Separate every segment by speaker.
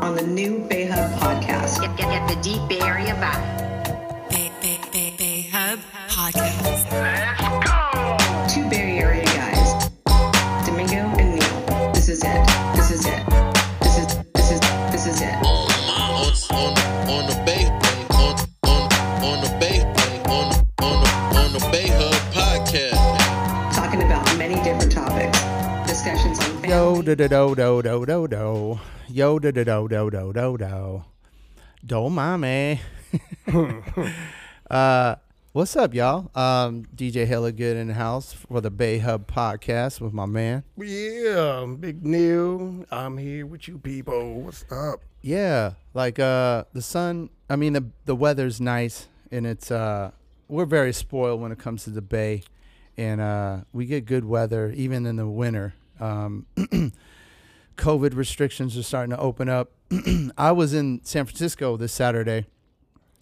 Speaker 1: on the new Bay Hub podcast.
Speaker 2: Get, get, get the deep Bay Area vibe.
Speaker 3: Bay, Bay, Bay, Bay Hub Podcast.
Speaker 1: Two Bay Area guys, Domingo and Neil. This is it. This is it. This is this is this is it.
Speaker 4: on my on on on the bay on on on the bay on on on the bay hub podcast.
Speaker 1: Talking about many different topics, discussions on family.
Speaker 5: Yo da da do do do do do. Yo da da do do do do do. Do mommy. uh, what's up, y'all? Um, DJ Helligood in the house for the Bay Hub podcast with my man.
Speaker 6: Yeah, Big Neil. I'm here with you people. What's up?
Speaker 5: Yeah, like uh, the sun. I mean, the the weather's nice, and it's uh, we're very spoiled when it comes to the bay, and uh, we get good weather even in the winter. Um, COVID restrictions are starting to open up. I was in San Francisco this Saturday,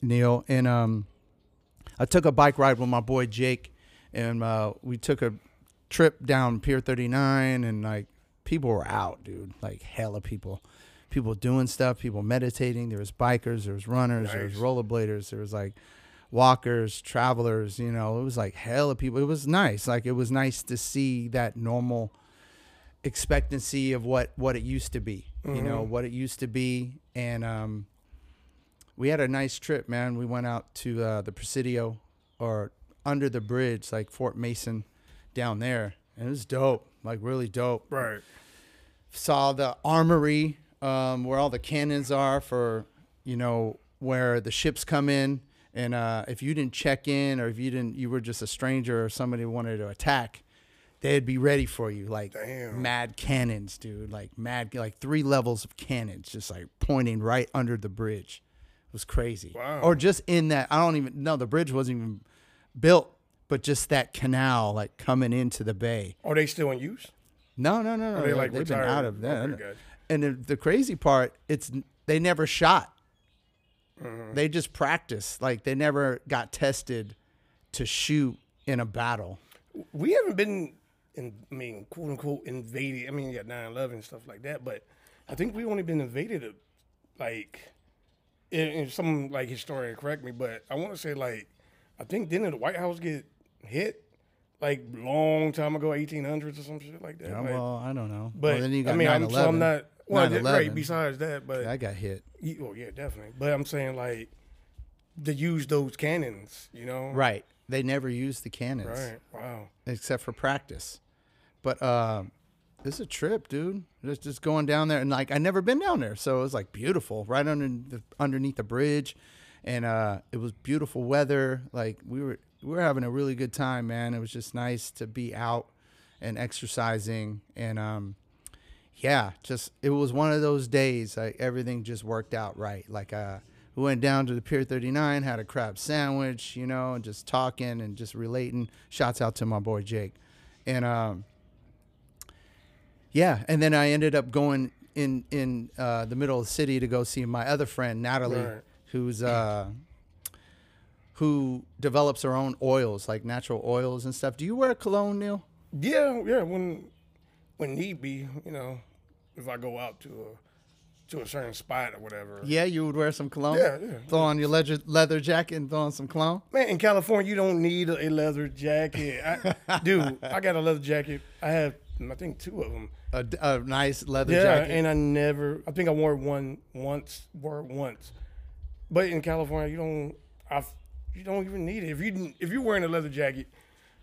Speaker 5: Neil, and um, I took a bike ride with my boy Jake, and uh, we took a trip down Pier 39, and like people were out, dude, like hella people, people doing stuff, people meditating. There was bikers, there was runners, there was rollerbladers, there was like walkers, travelers. You know, it was like hella people. It was nice. Like it was nice to see that normal expectancy of what what it used to be. You know what it used to be, and um, we had a nice trip, man. We went out to uh, the Presidio or under the bridge, like Fort Mason, down there, and it was dope, like really dope.
Speaker 6: Right.
Speaker 5: Saw the armory um, where all the cannons are for, you know, where the ships come in, and uh, if you didn't check in or if you didn't, you were just a stranger or somebody wanted to attack. They'd be ready for you, like mad cannons, dude. Like mad, like three levels of cannons, just like pointing right under the bridge. It was crazy. Or just in that, I don't even know, the bridge wasn't even built, but just that canal like coming into the bay.
Speaker 6: Are they still in use?
Speaker 5: No, no, no, no.
Speaker 6: they,
Speaker 5: no,
Speaker 6: like,
Speaker 5: they've been out
Speaker 6: retired?
Speaker 5: of that.
Speaker 6: Okay, gotcha.
Speaker 5: And the, the crazy part, it's they never shot.
Speaker 6: Uh-huh.
Speaker 5: They just practiced. Like they never got tested to shoot in a battle.
Speaker 6: We haven't been, in, I mean, quote unquote, invaded. I mean, you got 9 11 and stuff like that, but I think we've only been invaded, uh, like, if if some like historian correct me, but I want to say, like, I think didn't the White House get hit, like, long time ago, 1800s or some shit like that?
Speaker 5: Yeah,
Speaker 6: like,
Speaker 5: Uh, well, I don't know.
Speaker 6: but
Speaker 5: well, then you got
Speaker 6: I mean, I'm, so I'm
Speaker 5: 9/11.
Speaker 6: not. Well, that- right.
Speaker 5: 9/11.
Speaker 6: Besides that, but
Speaker 5: I got hit.
Speaker 6: Ye- Oh yeah, definitely. But I'm saying like to use those cannons, you know?
Speaker 5: Right. They never used the cannons.
Speaker 6: Right. Wow.
Speaker 5: except for practice. But uh, it's a trip, dude. Just just going down there and like I never been down there, so it was like beautiful, right under the, underneath the bridge, and uh, it was beautiful weather. Like we were we were having a really good time, man. It was just nice to be out and exercising, and um, yeah, just it was one of those days. Like everything just worked out right. Like uh, we went down to the Pier 39, had a crab sandwich, you know, and just talking and just relating. Shouts out to my boy Jake, and um, yeah, and then I ended up going in in uh, the middle of the city to go see my other friend Natalie,
Speaker 6: Right.
Speaker 5: who's uh, who develops her own oils, like natural oils and stuff. Do you wear cologne, Neil?
Speaker 6: Yeah, yeah. When when need be, you know, if I go out to a to a certain spot or whatever.
Speaker 5: Yeah, you would wear some cologne.
Speaker 6: Yeah, yeah.
Speaker 5: Throw on your leather leather jacket and throw on some cologne.
Speaker 6: Man, in California, you don't need a, a leather jacket. I, dude, I got a leather jacket. I have, I think, two of them.
Speaker 5: A, d- a nice leather
Speaker 6: Yeah,
Speaker 5: jacket.
Speaker 6: and I never. I think I wore one once. Wore it once, but in California, you don't. I you don't even need it. If you didn't- if you're wearing a leather jacket,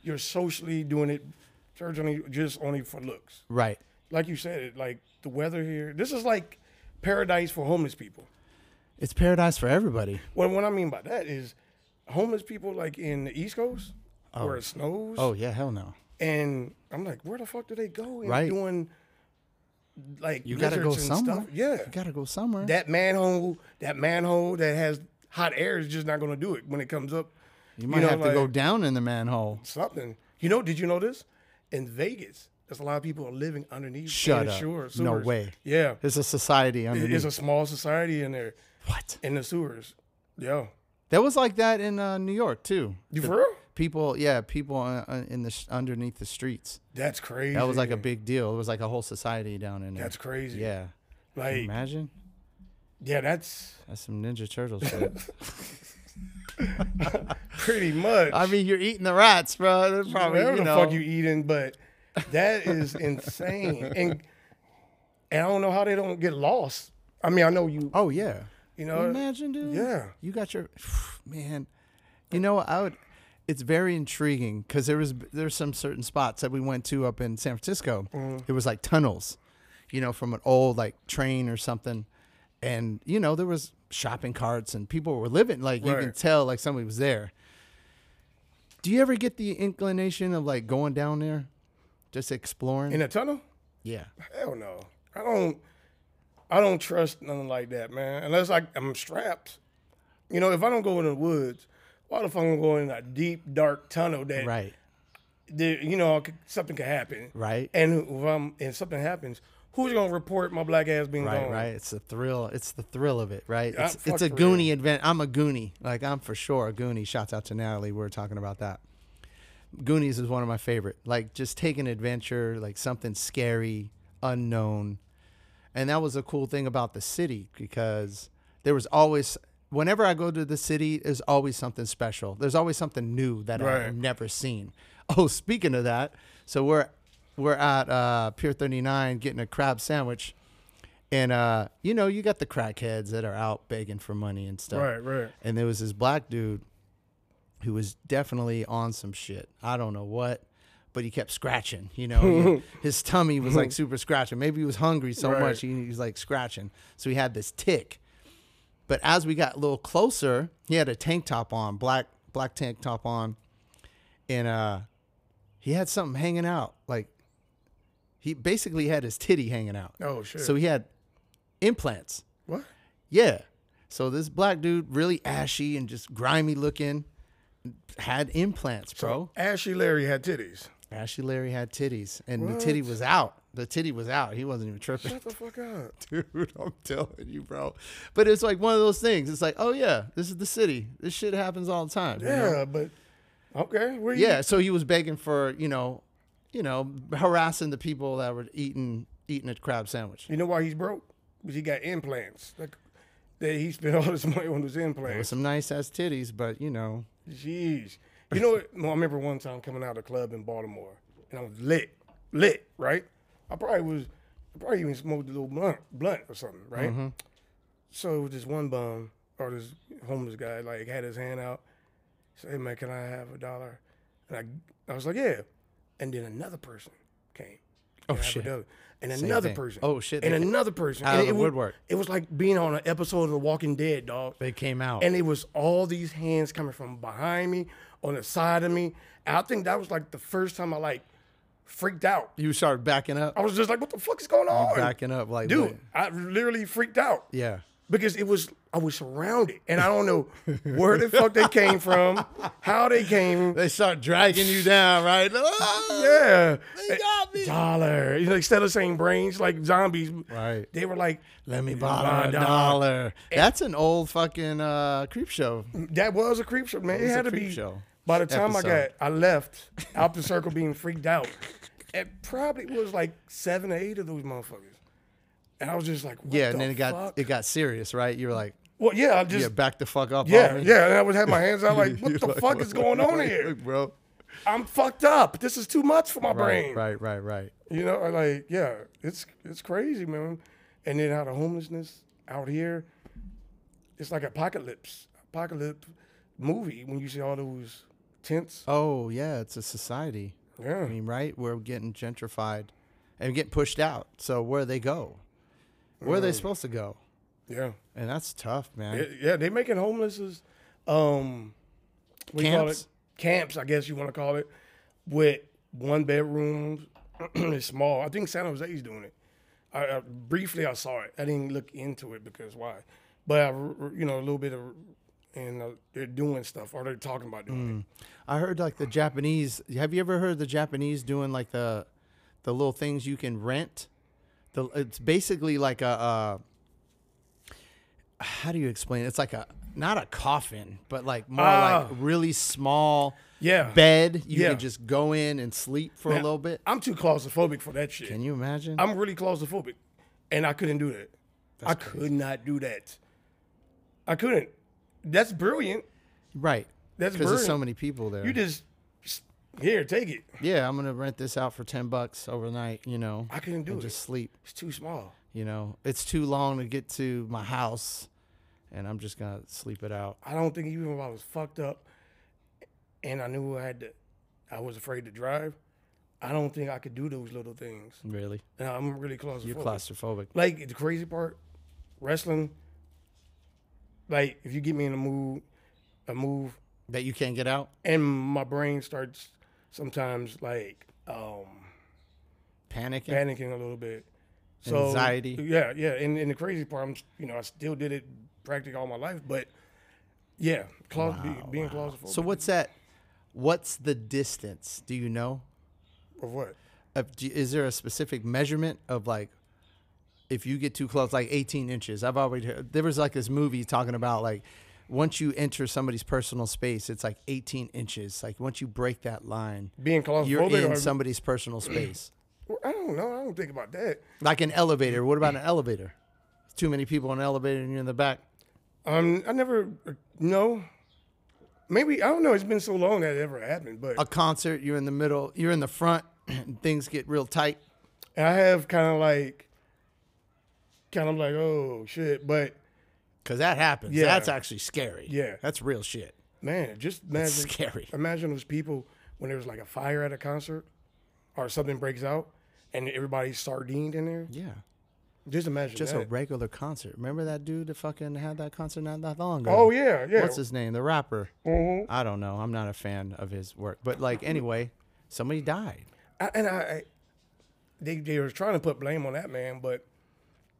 Speaker 6: you're socially doing it, church only just only for looks.
Speaker 5: right.
Speaker 6: Like you said, it like the weather here. This is like paradise for homeless people.
Speaker 5: It's paradise for everybody.
Speaker 6: Well, what I mean by that is homeless people like in the East Coast where it snows.
Speaker 5: Oh yeah, hell no.
Speaker 6: and I'm like, where the fuck do they go? And
Speaker 5: Right.
Speaker 6: doing like
Speaker 5: You gotta go
Speaker 6: lizards and
Speaker 5: somewhere.
Speaker 6: Stuff. Yeah,
Speaker 5: You gotta go somewhere.
Speaker 6: that manhole, that manhole that has hot air is just not going to do it when it comes up.
Speaker 5: you might
Speaker 6: know,
Speaker 5: have to go
Speaker 6: like,
Speaker 5: down in the manhole.
Speaker 6: something. You know? Did you know this? In Vegas, there's a lot of people are living underneath.
Speaker 5: Shut
Speaker 6: and
Speaker 5: up.
Speaker 6: Sure,
Speaker 5: no
Speaker 6: sewers.
Speaker 5: way.
Speaker 6: Yeah, it's,
Speaker 5: There's a society underneath.
Speaker 6: a small society in there
Speaker 5: what?
Speaker 6: in the sewers. Yeah,
Speaker 5: That was like that in uh, New York too.
Speaker 6: you for real?
Speaker 5: People, yeah, people uh, uh, in the sh- underneath the streets.
Speaker 6: That's crazy.
Speaker 5: That was like a big deal. It was like a whole society down in there.
Speaker 6: That's crazy.
Speaker 5: Yeah.
Speaker 6: Like
Speaker 5: Imagine.
Speaker 6: Yeah, that's
Speaker 5: That's some Ninja Turtle shit.
Speaker 6: pretty much.
Speaker 5: I mean, you're eating the rats, bro. They're probably
Speaker 6: whatever
Speaker 5: you
Speaker 6: the
Speaker 5: know.
Speaker 6: fuck you eating, but that is insane. And and I don't know how they don't get lost. I mean, I know you.
Speaker 5: oh yeah.
Speaker 6: You know,
Speaker 5: imagine, dude.
Speaker 6: yeah.
Speaker 5: You got your man. You know, I would. It's very intriguing because there was there's some certain spots that we went to up in San Francisco.
Speaker 6: Mm-hmm.
Speaker 5: It was like tunnels, you know, from an old like train or something, and you know there was shopping carts and people were living. Like you can
Speaker 6: Right.
Speaker 5: tell, like somebody was there. Do you ever get the inclination of like going down there, just exploring?
Speaker 6: in a tunnel.
Speaker 5: yeah,
Speaker 6: Hell no. I don't. I don't trust nothing like that, man. Unless I, I'm strapped. You know, if I don't go in the woods, why the fuck am I going in a deep, dark tunnel that,
Speaker 5: right,
Speaker 6: that, you know, I could- something could happen.
Speaker 5: Right.
Speaker 6: And if I'm, and something happens, who's gonna report my black ass being
Speaker 5: right,
Speaker 6: gone?
Speaker 5: right. It's the thrill. It's the thrill of it, right?
Speaker 6: Yeah,
Speaker 5: It's, it's
Speaker 6: fuck
Speaker 5: a
Speaker 6: for
Speaker 5: Goonie advent. I'm a Goonie. Like I'm for sure a Goonie. Shouts out to Natalie. We were talking about that. Goonies is one of my favorite. Like just take an adventure, like something scary, unknown, and that was a cool thing about the city because there was always. Whenever I go to the city, there's always something special. There's always something new that
Speaker 6: Right.
Speaker 5: I've never seen. Oh, speaking of that, so we're we're at uh, Pier 39 getting a crab sandwich. And uh, you know, you got the crackheads that are out begging for money and stuff.
Speaker 6: Right, right.
Speaker 5: And there was this black dude who was definitely on some shit. I don't know what, but he kept scratching. You know, He- his tummy was like super scratching. Maybe he was hungry so
Speaker 6: Right.
Speaker 5: much he, he was like scratching. So he had this tick. But as we got a little closer, he had a tank top on, black black tank top on, and uh, he had something hanging out. Like he basically had his titty hanging out.
Speaker 6: Oh, shit.
Speaker 5: So he had implants.
Speaker 6: What?
Speaker 5: Yeah. So this black dude, really ashy and just grimy looking, had implants, bro.
Speaker 6: Ashley Larry had titties.
Speaker 5: Ashy Larry had titties, and the titty was out. The titty was out. He wasn't even tripping.
Speaker 6: Shut the fuck up.
Speaker 5: Dude, I'm telling you, bro. But it's like one of those things. It's like, oh yeah, this is the city. This shit happens all the time. you know?
Speaker 6: Yeah, but okay. Where you?
Speaker 5: Yeah. So he was begging for, you know, you know, harassing the people that were eating eating a crab sandwich.
Speaker 6: You know why he's broke? Because he got implants. Like that he spent all his money on those
Speaker 5: With
Speaker 6: implants.
Speaker 5: some nice ass titties, but you know,
Speaker 6: Jeez. You know what? No, I remember one time coming out of the club in Baltimore, and I was lit, lit, right? I probably was, I probably even smoked a little blunt, blunt or something, right?
Speaker 5: Mm-hmm.
Speaker 6: So it was this one bum or this homeless guy like had his hand out, said, "Hey man, can I have a dollar?" And I, I was like, "Yeah," and then another person came. "Can I have a
Speaker 5: Oh, shit.
Speaker 6: dollar?" And another
Speaker 5: thing.
Speaker 6: person.
Speaker 5: Oh, shit,
Speaker 6: And
Speaker 5: they-
Speaker 6: another person.
Speaker 5: Out
Speaker 6: And
Speaker 5: of
Speaker 6: it
Speaker 5: the
Speaker 6: wa-
Speaker 5: woodwork.
Speaker 6: It was like being on an episode of The Walking Dead, dog.
Speaker 5: they came out.
Speaker 6: And it was all these hands coming from behind me, on the side of me. And I think that was like the first time I like freaked out.
Speaker 5: you started backing up.
Speaker 6: I was just like, what the fuck is going on?
Speaker 5: backing up like
Speaker 6: Oh, Dude,
Speaker 5: what?
Speaker 6: I literally freaked out.
Speaker 5: Yeah.
Speaker 6: Because it was I was surrounded. And I don't know where the fuck they came from, how they came.
Speaker 5: They start dragging you down, right? Ah!
Speaker 6: Yeah.
Speaker 5: They got me.
Speaker 6: Dollar. You know, instead of saying brains like zombies,
Speaker 5: Right.
Speaker 6: they were like,
Speaker 5: Let me
Speaker 6: Buy
Speaker 5: borrow
Speaker 6: a
Speaker 5: a
Speaker 6: dollar.
Speaker 5: dollar. That's an old fucking uh, creep show.
Speaker 6: That was a creep show, man. It,
Speaker 5: was
Speaker 6: had
Speaker 5: a
Speaker 6: to be.
Speaker 5: creep show
Speaker 6: By the time I got,
Speaker 5: episode.
Speaker 6: I left out the circle being freaked out. It probably was like seven or eight of those motherfuckers, and I was just like, what
Speaker 5: Yeah,
Speaker 6: the
Speaker 5: and then it got
Speaker 6: fuck?
Speaker 5: it got serious, right? You were like,
Speaker 6: Well, yeah, I
Speaker 5: yeah,
Speaker 6: just
Speaker 5: back the fuck up.
Speaker 6: yeah,
Speaker 5: homie.
Speaker 6: yeah, And I would have my hands out like, what
Speaker 5: You're
Speaker 6: the
Speaker 5: like,
Speaker 6: fuck is
Speaker 5: what-
Speaker 6: going
Speaker 5: what-
Speaker 6: on
Speaker 5: what-
Speaker 6: here?
Speaker 5: look, bro?
Speaker 6: I'm fucked up. This is too much for my brain.
Speaker 5: Right, right, right, right.
Speaker 6: You know, I like yeah, it's it's crazy, man. And then out of homelessness out here, it's like apocalypse, apocalypse movie when you see all those tents.
Speaker 5: Oh yeah, it's a society.
Speaker 6: Yeah.
Speaker 5: I mean, right? We're getting gentrified and getting pushed out. So where they go? Where are
Speaker 6: Mm.
Speaker 5: they supposed to go?
Speaker 6: Yeah.
Speaker 5: And that's tough, man.
Speaker 6: Yeah, yeah, they making homelesses um what do you call it?
Speaker 5: Camps?
Speaker 6: Camps, I guess you want to call it, with one bedrooms. it's small. I think San Jose's doing it. I, I briefly I saw it. I didn't look into it because why? But I, re- re- you know, a little bit of, and uh, they're doing stuff or they're talking about
Speaker 5: Mm.
Speaker 6: doing
Speaker 5: I heard like the Japanese. Have you ever heard the Japanese doing like the the little things you can rent? The it's basically like a uh, how do you explain? it? It's like a not a coffin, but like more
Speaker 6: Ah.
Speaker 5: like really small
Speaker 6: Yeah.
Speaker 5: bed. You
Speaker 6: Yeah.
Speaker 5: can just go in and sleep for
Speaker 6: it.
Speaker 5: a little bit.
Speaker 6: I'm too claustrophobic for that shit.
Speaker 5: Can you imagine?
Speaker 6: I'm really claustrophobic, and I couldn't do that. I could not do that. I couldn't. That's brilliant.
Speaker 5: Right.
Speaker 6: That's
Speaker 5: because there's so
Speaker 6: brilliant.
Speaker 5: many people there.
Speaker 6: You just here, take it.
Speaker 5: yeah, I'm gonna rent this out for ten bucks overnight. You know,
Speaker 6: I couldn't do
Speaker 5: and
Speaker 6: it.
Speaker 5: Just sleep.
Speaker 6: It's too small.
Speaker 5: You know, it's too long to get to my house, and I'm just gonna sleep it out.
Speaker 6: I don't think even if I was fucked up and I knew I had to, I was afraid to drive. I don't think I could do those little things.
Speaker 5: Really,
Speaker 6: And I'm really claustrophobic.
Speaker 5: you're claustrophobic.
Speaker 6: Like the crazy part, wrestling. Like if you get me in a mood, a move,
Speaker 5: That you can't get out.
Speaker 6: and my brain starts sometimes like um
Speaker 5: Panicking.
Speaker 6: panicking a little bit. So
Speaker 5: Anxiety.
Speaker 6: Yeah, yeah. And, and the crazy part, I'm you know I still did it practically all my life, but yeah, claus- be- being claustrophobic.
Speaker 5: So what's that? What's the distance? Do you know?
Speaker 6: or what?
Speaker 5: Of- do- Is there a specific measurement of like? If you get too close, like 18 inches, I've already heard, there was like this movie talking about like once you enter somebody's personal space, it's like 18 inches. Like once you break that line,
Speaker 6: Being
Speaker 5: you're
Speaker 6: claustrophobic.
Speaker 5: in
Speaker 6: or,
Speaker 5: somebody's personal space,
Speaker 6: Well, I don't know. I don't think about that.
Speaker 5: like an elevator. What about an elevator? Too many people in an elevator, and you're in the back.
Speaker 6: Um, I never no. Maybe I don't know. It's been so long that it ever happened, but
Speaker 5: A concert, you're in the middle, you're in the front, and things get real tight.
Speaker 6: I have kind of like, kind of like oh shit. But
Speaker 5: Cause that happens.
Speaker 6: Yeah.
Speaker 5: That's actually scary.
Speaker 6: Yeah.
Speaker 5: That's real shit.
Speaker 6: man, just imagine
Speaker 5: scary.
Speaker 6: Imagine those people when there's like a fire at a concert, or something breaks out, and everybody's sardined in there.
Speaker 5: Yeah.
Speaker 6: Just imagine.
Speaker 5: Just a
Speaker 6: that.
Speaker 5: regular concert. Remember that dude that fucking had that concert not that long ago?
Speaker 6: Oh yeah, yeah. Mm-hmm.
Speaker 5: What's his name? The rapper. I don't know. I'm not a fan of his work. But like anyway, somebody died.
Speaker 6: I, and I, I they they were trying to put blame on that man, but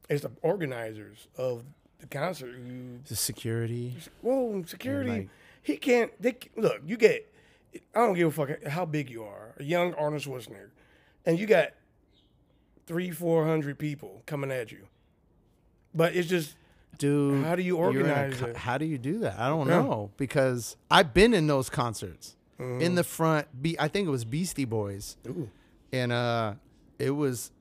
Speaker 6: it's the organizers of the concert who
Speaker 5: The security.
Speaker 6: Well, security,
Speaker 5: like-
Speaker 6: he can't. They c- look. You get. I don't give a fuck how big you are. A young Arnold Schwarzenegger, and you got three, four hundred people coming at you. But it's just
Speaker 5: Dude.
Speaker 6: How do you
Speaker 5: you're in a
Speaker 6: organize
Speaker 5: co-
Speaker 6: it?
Speaker 5: How do you do that? I don't
Speaker 6: Yeah. Mm.
Speaker 5: know. Because I've been in those concerts. In the front, be I think it was Beastie Boys. and uh it was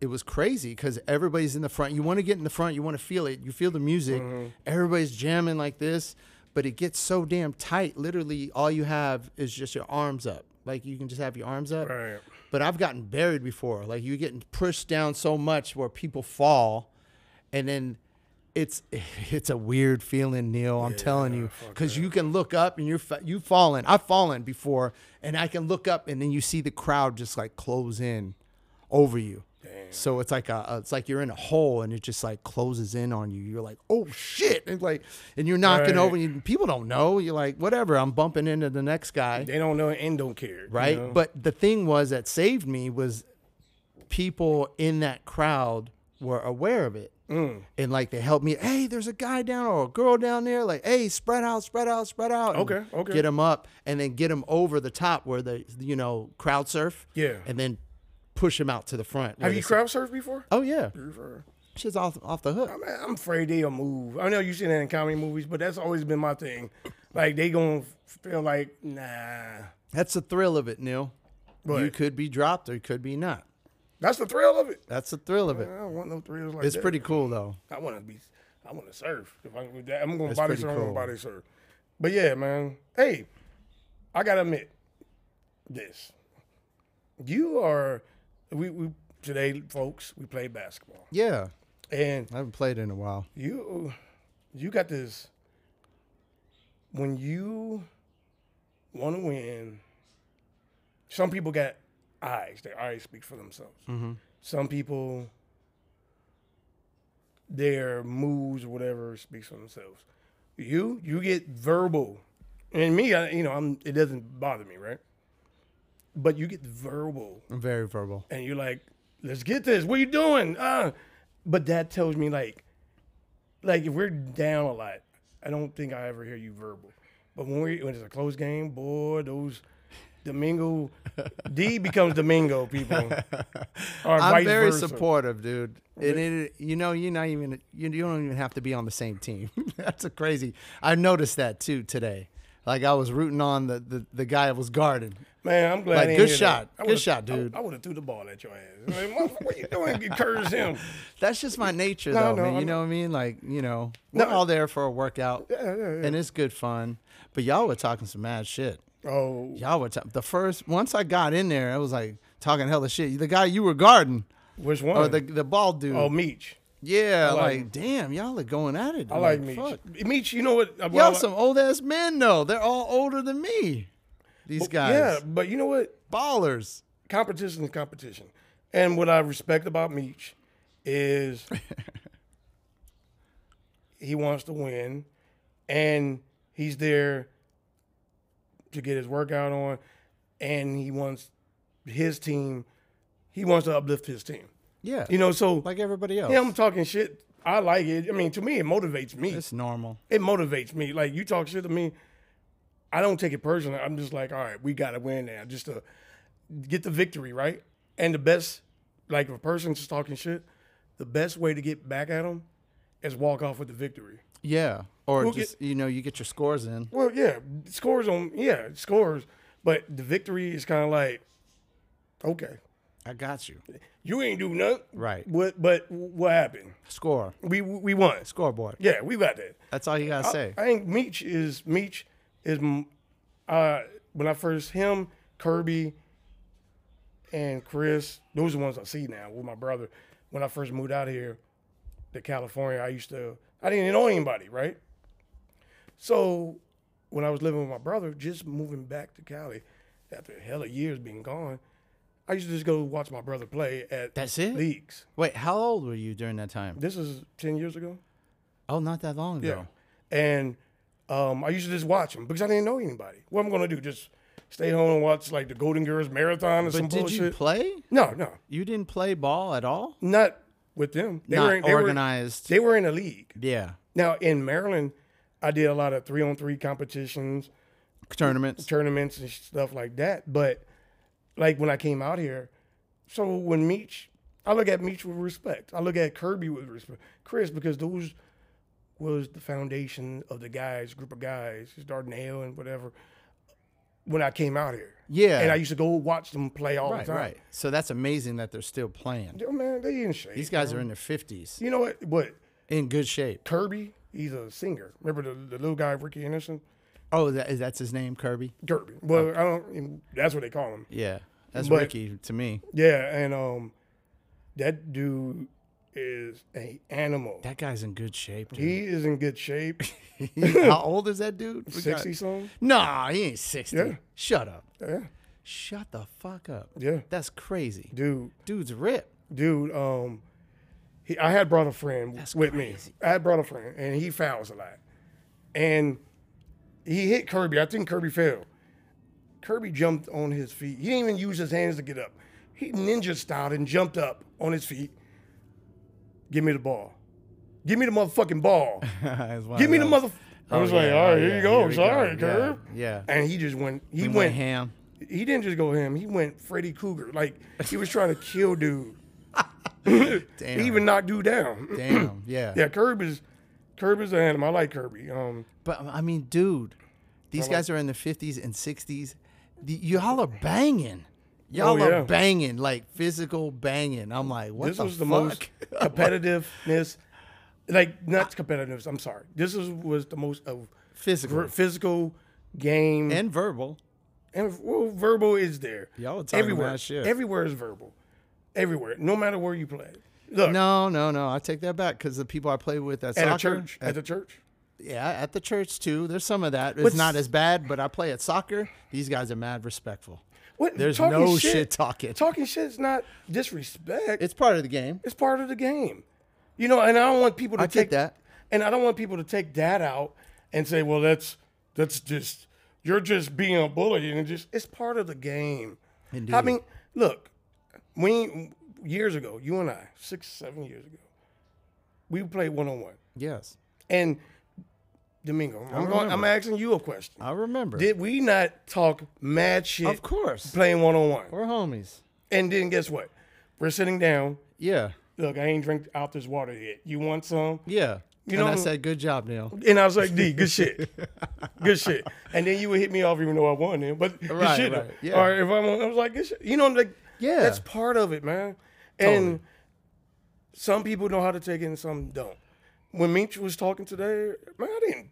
Speaker 5: it was crazy because everybody's in the front you want to get in the front you want to feel it you feel the music
Speaker 6: Mm-hmm.
Speaker 5: everybody's jamming like this but it gets so damn tight literally all you have is just your arms up like you can just have your arms up
Speaker 6: Right.
Speaker 5: but i've gotten buried before like you're getting pushed down so much where people fall and then it's it's a weird feeling, Neil. I'm telling you, because you can look up and you're fa- you've fallen. I've fallen before, and I can look up and then you see the crowd just like close in over you. So it's like a, a- it's like you're in a hole and it just like closes in on you. You're like, oh shit, and like and you're knocking
Speaker 6: Right.
Speaker 5: over. And people don't know. You're like, whatever. I'm bumping into the next guy
Speaker 6: they don't know and don't care. you
Speaker 5: right?
Speaker 6: know?
Speaker 5: But the thing was that saved me was people in that crowd were aware of it.
Speaker 6: Mm.
Speaker 5: And like they helped me, hey, there's a guy down or a girl down there. Like, hey, spread out, spread out, spread out. and
Speaker 6: Okay, okay.
Speaker 5: Get them up and then get them over the top where the you know crowd surf.
Speaker 6: Yeah.
Speaker 5: And then push them out to the front. where
Speaker 6: have you
Speaker 5: they-
Speaker 6: crowd surfed before?
Speaker 5: Oh yeah,
Speaker 6: Prefer-
Speaker 5: shit's off off the hook.
Speaker 6: I'm, I'm afraid they'll move. I know you see that in comedy movies, but that's always been my thing. Like they gonna feel like nah.
Speaker 5: That's the thrill of it, Neil. You
Speaker 6: Right.
Speaker 5: could be dropped or you could be not.
Speaker 6: That's the thrill of it.
Speaker 5: That's the thrill of it.
Speaker 6: I don't want no thrills like
Speaker 5: It's
Speaker 6: that.
Speaker 5: pretty cool though.
Speaker 6: I want to be. I want to surf. If I, am going to
Speaker 5: That's
Speaker 6: body
Speaker 5: pretty
Speaker 6: surf. I'm going
Speaker 5: cool.
Speaker 6: to body surf. But yeah, man. Hey, I gotta admit this. You are. We we today, folks. We play basketball,
Speaker 5: Yeah,
Speaker 6: and
Speaker 5: I haven't played in a while.
Speaker 6: you you got this. When you want to win, some people got eyes. Their eyes speak for themselves. Some people, their moves, whatever, speaks for themselves. You, you get verbal, and me, I, you know, I'm. It doesn't bother me, right? But you get verbal,
Speaker 5: I'm very verbal.
Speaker 6: and you're like, "Let's get this. What are you doing?" Uh, but that tells me like, like if we're down a lot, I don't think I ever hear you verbal. But when we when it's a close game, boy, those Domingo D becomes Domingo people. Or
Speaker 5: I'm
Speaker 6: vice
Speaker 5: very
Speaker 6: versa.
Speaker 5: supportive, dude. And it, you know, you're not even you, you don't even have to be on the same team. That's a crazy. I noticed that too today. Like I was rooting on the the, the guy that was guarding.
Speaker 6: Man, I'm glad.
Speaker 5: Like,
Speaker 6: I ain't
Speaker 5: good
Speaker 6: hear that.
Speaker 5: shot.
Speaker 6: I
Speaker 5: Good
Speaker 6: would've-
Speaker 5: shot,
Speaker 6: I-
Speaker 5: dude.
Speaker 6: I, would have threw the ball at your ass. Like, motherfucker, what you doing? You curse him.
Speaker 5: That's just my nature,
Speaker 6: No,
Speaker 5: though,
Speaker 6: no,
Speaker 5: man. You
Speaker 6: I'm-
Speaker 5: know what I mean? Like, you know, we're all there for a workout, and it's good fun. But y'all were talking some mad shit.
Speaker 6: Oh,
Speaker 5: Y'all were ta- the first. Once I got in there, I was like talking hella shit. The guy you were guarding,
Speaker 6: which one?
Speaker 5: or Oh, the the bald dude.
Speaker 6: oh, Meech.
Speaker 5: yeah,
Speaker 6: like
Speaker 5: like,
Speaker 6: him.
Speaker 5: damn, y'all are going at it.
Speaker 6: I like Meech.
Speaker 5: fuck.
Speaker 6: Meech, you know what? well,
Speaker 5: Y'all some old ass men though. They're all older than me. These guys,
Speaker 6: Yeah, but you know what?
Speaker 5: ballers.
Speaker 6: competition is competition. And what I respect about Meach is he wants to win and he's there to get his workout on and he wants his team he wants to uplift his team.
Speaker 5: Yeah,
Speaker 6: You know, so
Speaker 5: like everybody else.
Speaker 6: him talking shit, I like it. I mean, to me it motivates me.
Speaker 5: it's normal.
Speaker 6: it motivates me. Like you talk shit to me, I don't take it personally. I'm just like, all right, we gotta win now, just to get the victory, right? And the best, like if a person's just talking shit, the best way to get back at them is walk off with the victory.
Speaker 5: Yeah, or
Speaker 6: We'll
Speaker 5: just you know, you get your scores in.
Speaker 6: Well, yeah, scores on, yeah, scores, but the victory is kind of like, okay,
Speaker 5: I got you.
Speaker 6: you ain't do nothing,
Speaker 5: Right.
Speaker 6: What, but what happened?
Speaker 5: Score,
Speaker 6: We we won.
Speaker 5: scoreboard.
Speaker 6: Yeah, we got that.
Speaker 5: That's all you gotta say.
Speaker 6: I think Meach is Meach is m- uh, when I first him Kirby and Chris. Those are the ones I see now with my brother. When I first moved out here to California, I used to I didn't know anybody, right? So when I was living with my brother, just moving back to Cali after a hell of years being gone, I used to just go watch my brother play at
Speaker 5: That's it?
Speaker 6: leagues.
Speaker 5: Wait, how old were you during that time?
Speaker 6: This is ten years ago.
Speaker 5: Oh, not that long
Speaker 6: Yeah.
Speaker 5: ago.
Speaker 6: And um, I used to just watch them because I didn't know anybody. What I'm gonna do? Just stay home and watch like the Golden Girls marathon or
Speaker 5: But
Speaker 6: some
Speaker 5: did
Speaker 6: bullshit?
Speaker 5: you play?
Speaker 6: no, no,
Speaker 5: You didn't play ball at all.
Speaker 6: not with them. They
Speaker 5: Not
Speaker 6: in- they
Speaker 5: organized.
Speaker 6: they were in a league.
Speaker 5: Yeah,
Speaker 6: Now in Maryland, I did a lot of three on three competitions,
Speaker 5: tournaments.
Speaker 6: tournaments, and stuff like that. But like when I came out here, so when Meach, I look at Meach with respect. I look at Kirby with respect. Chris, because those was the foundation of the guys, group of guys, Dardanelle and whatever, when I came out here.
Speaker 5: Yeah.
Speaker 6: And I used to go watch them play all
Speaker 5: Right,
Speaker 6: the time.
Speaker 5: right. So that's amazing that they're still playing.
Speaker 6: Oh, man, they in shape.
Speaker 5: These guys are in their fifties,
Speaker 6: You know what? What?
Speaker 5: in good shape.
Speaker 6: Kirby, he's a singer. Remember the, the little guy, Ricky Anderson?
Speaker 5: Oh, that, that's his name, Kirby.
Speaker 6: Kirby. Well, I don't, that's what they call him.
Speaker 5: Yeah, that's
Speaker 6: But-
Speaker 5: Ricky to me.
Speaker 6: Yeah. And um, that dude is a animal.
Speaker 5: That guy's in good shape. Dude.
Speaker 6: He is in good shape.
Speaker 5: How old is that dude? Forgot.
Speaker 6: 60 something?
Speaker 5: Nah, he ain't sixty.
Speaker 6: Yeah.
Speaker 5: Shut up.
Speaker 6: Yeah.
Speaker 5: Shut the fuck up.
Speaker 6: Yeah.
Speaker 5: That's crazy.
Speaker 6: Dude,
Speaker 5: Dude's ripped.
Speaker 6: dude, um, he, I had brought a friend
Speaker 5: That's
Speaker 6: with
Speaker 5: crazy.
Speaker 6: me. I had brought a friend, and he fouls a lot. And he hit Kirby. I think Kirby fell. Kirby jumped on his feet. He didn't even use his hands to get up. He ninja styled and jumped up on his feet. Give me the ball. Give me the motherfucking ball. Give me the motherfucking. I
Speaker 5: Oh,
Speaker 6: was
Speaker 5: yeah,
Speaker 6: like, all right,
Speaker 5: oh,
Speaker 6: here
Speaker 5: yeah,
Speaker 6: you go.
Speaker 5: here we go.
Speaker 6: Sorry,
Speaker 5: Yeah,
Speaker 6: Kirby.
Speaker 5: yeah.
Speaker 6: And he just went. He
Speaker 5: He
Speaker 6: went,
Speaker 5: went ham.
Speaker 6: He didn't just go him. He went Freddy Cougar. Like he was trying to kill dude.
Speaker 5: Damn.
Speaker 6: He even knocked dude down.
Speaker 5: Damn. Yeah.
Speaker 6: Yeah, Curb is Curb is an animal. I like Kirby. Um,
Speaker 5: But I mean, dude, these guys are in the fifties and sixties. Y'all are banging. Y'all
Speaker 6: Oh, yeah.
Speaker 5: are banging like physical banging. I'm like, what
Speaker 6: this
Speaker 5: the
Speaker 6: was the
Speaker 5: fuck?
Speaker 6: most competitiveness, like not competitiveness. I'm sorry. This is, was the most of
Speaker 5: physical
Speaker 6: gr- physical game and,
Speaker 5: and verbal.
Speaker 6: well, verbal is there.
Speaker 5: Y'all were talking
Speaker 6: everywhere.
Speaker 5: mad shit.
Speaker 6: Everywhere is verbal. Everywhere, no matter where you play. Look,
Speaker 5: No, no, no. I take that back because the people I play with at,
Speaker 6: at
Speaker 5: soccer,
Speaker 6: a church, at, the church.
Speaker 5: yeah, at the church too. There's some of that. It's
Speaker 6: What's-
Speaker 5: not as bad, but I play at soccer. These guys are mad respectful.
Speaker 6: What?
Speaker 5: There's
Speaker 6: talking
Speaker 5: no shit talking.
Speaker 6: Talking shit is not disrespect.
Speaker 5: It's part of the game.
Speaker 6: It's part of the game. You know, and I don't want people to
Speaker 5: I get
Speaker 6: take
Speaker 5: that.
Speaker 6: And I don't want people to take that out and say, well, that's that's just you're just being a bully and it just it's part of the game. I
Speaker 5: Indeed.
Speaker 6: mean, look, we years ago, you and I, six, seven years ago, we played one on one.
Speaker 5: Yes,
Speaker 6: And Domingo, I'm going,
Speaker 5: remember.
Speaker 6: I'm asking you a question.
Speaker 5: I remember.
Speaker 6: Did we not talk mad shit
Speaker 5: of course,
Speaker 6: playing one on one?
Speaker 5: we're homies.
Speaker 6: And then guess what? We're sitting down
Speaker 5: Yeah,
Speaker 6: look, I ain't drink out this water yet. You want some?
Speaker 5: yeah.
Speaker 6: You
Speaker 5: and
Speaker 6: know,
Speaker 5: I said, good job, Neil.
Speaker 6: And I was like, D, good shit. Good shit. And then you would hit me off even though I won then. But good
Speaker 5: Right,
Speaker 6: shit.
Speaker 5: right,
Speaker 6: though.
Speaker 5: yeah.
Speaker 6: Or if I'm I was like, good shit. You know, like
Speaker 5: Yeah.
Speaker 6: that's part of it, man. And some people know how to take it and some don't. When Meech was talking today, man, I didn't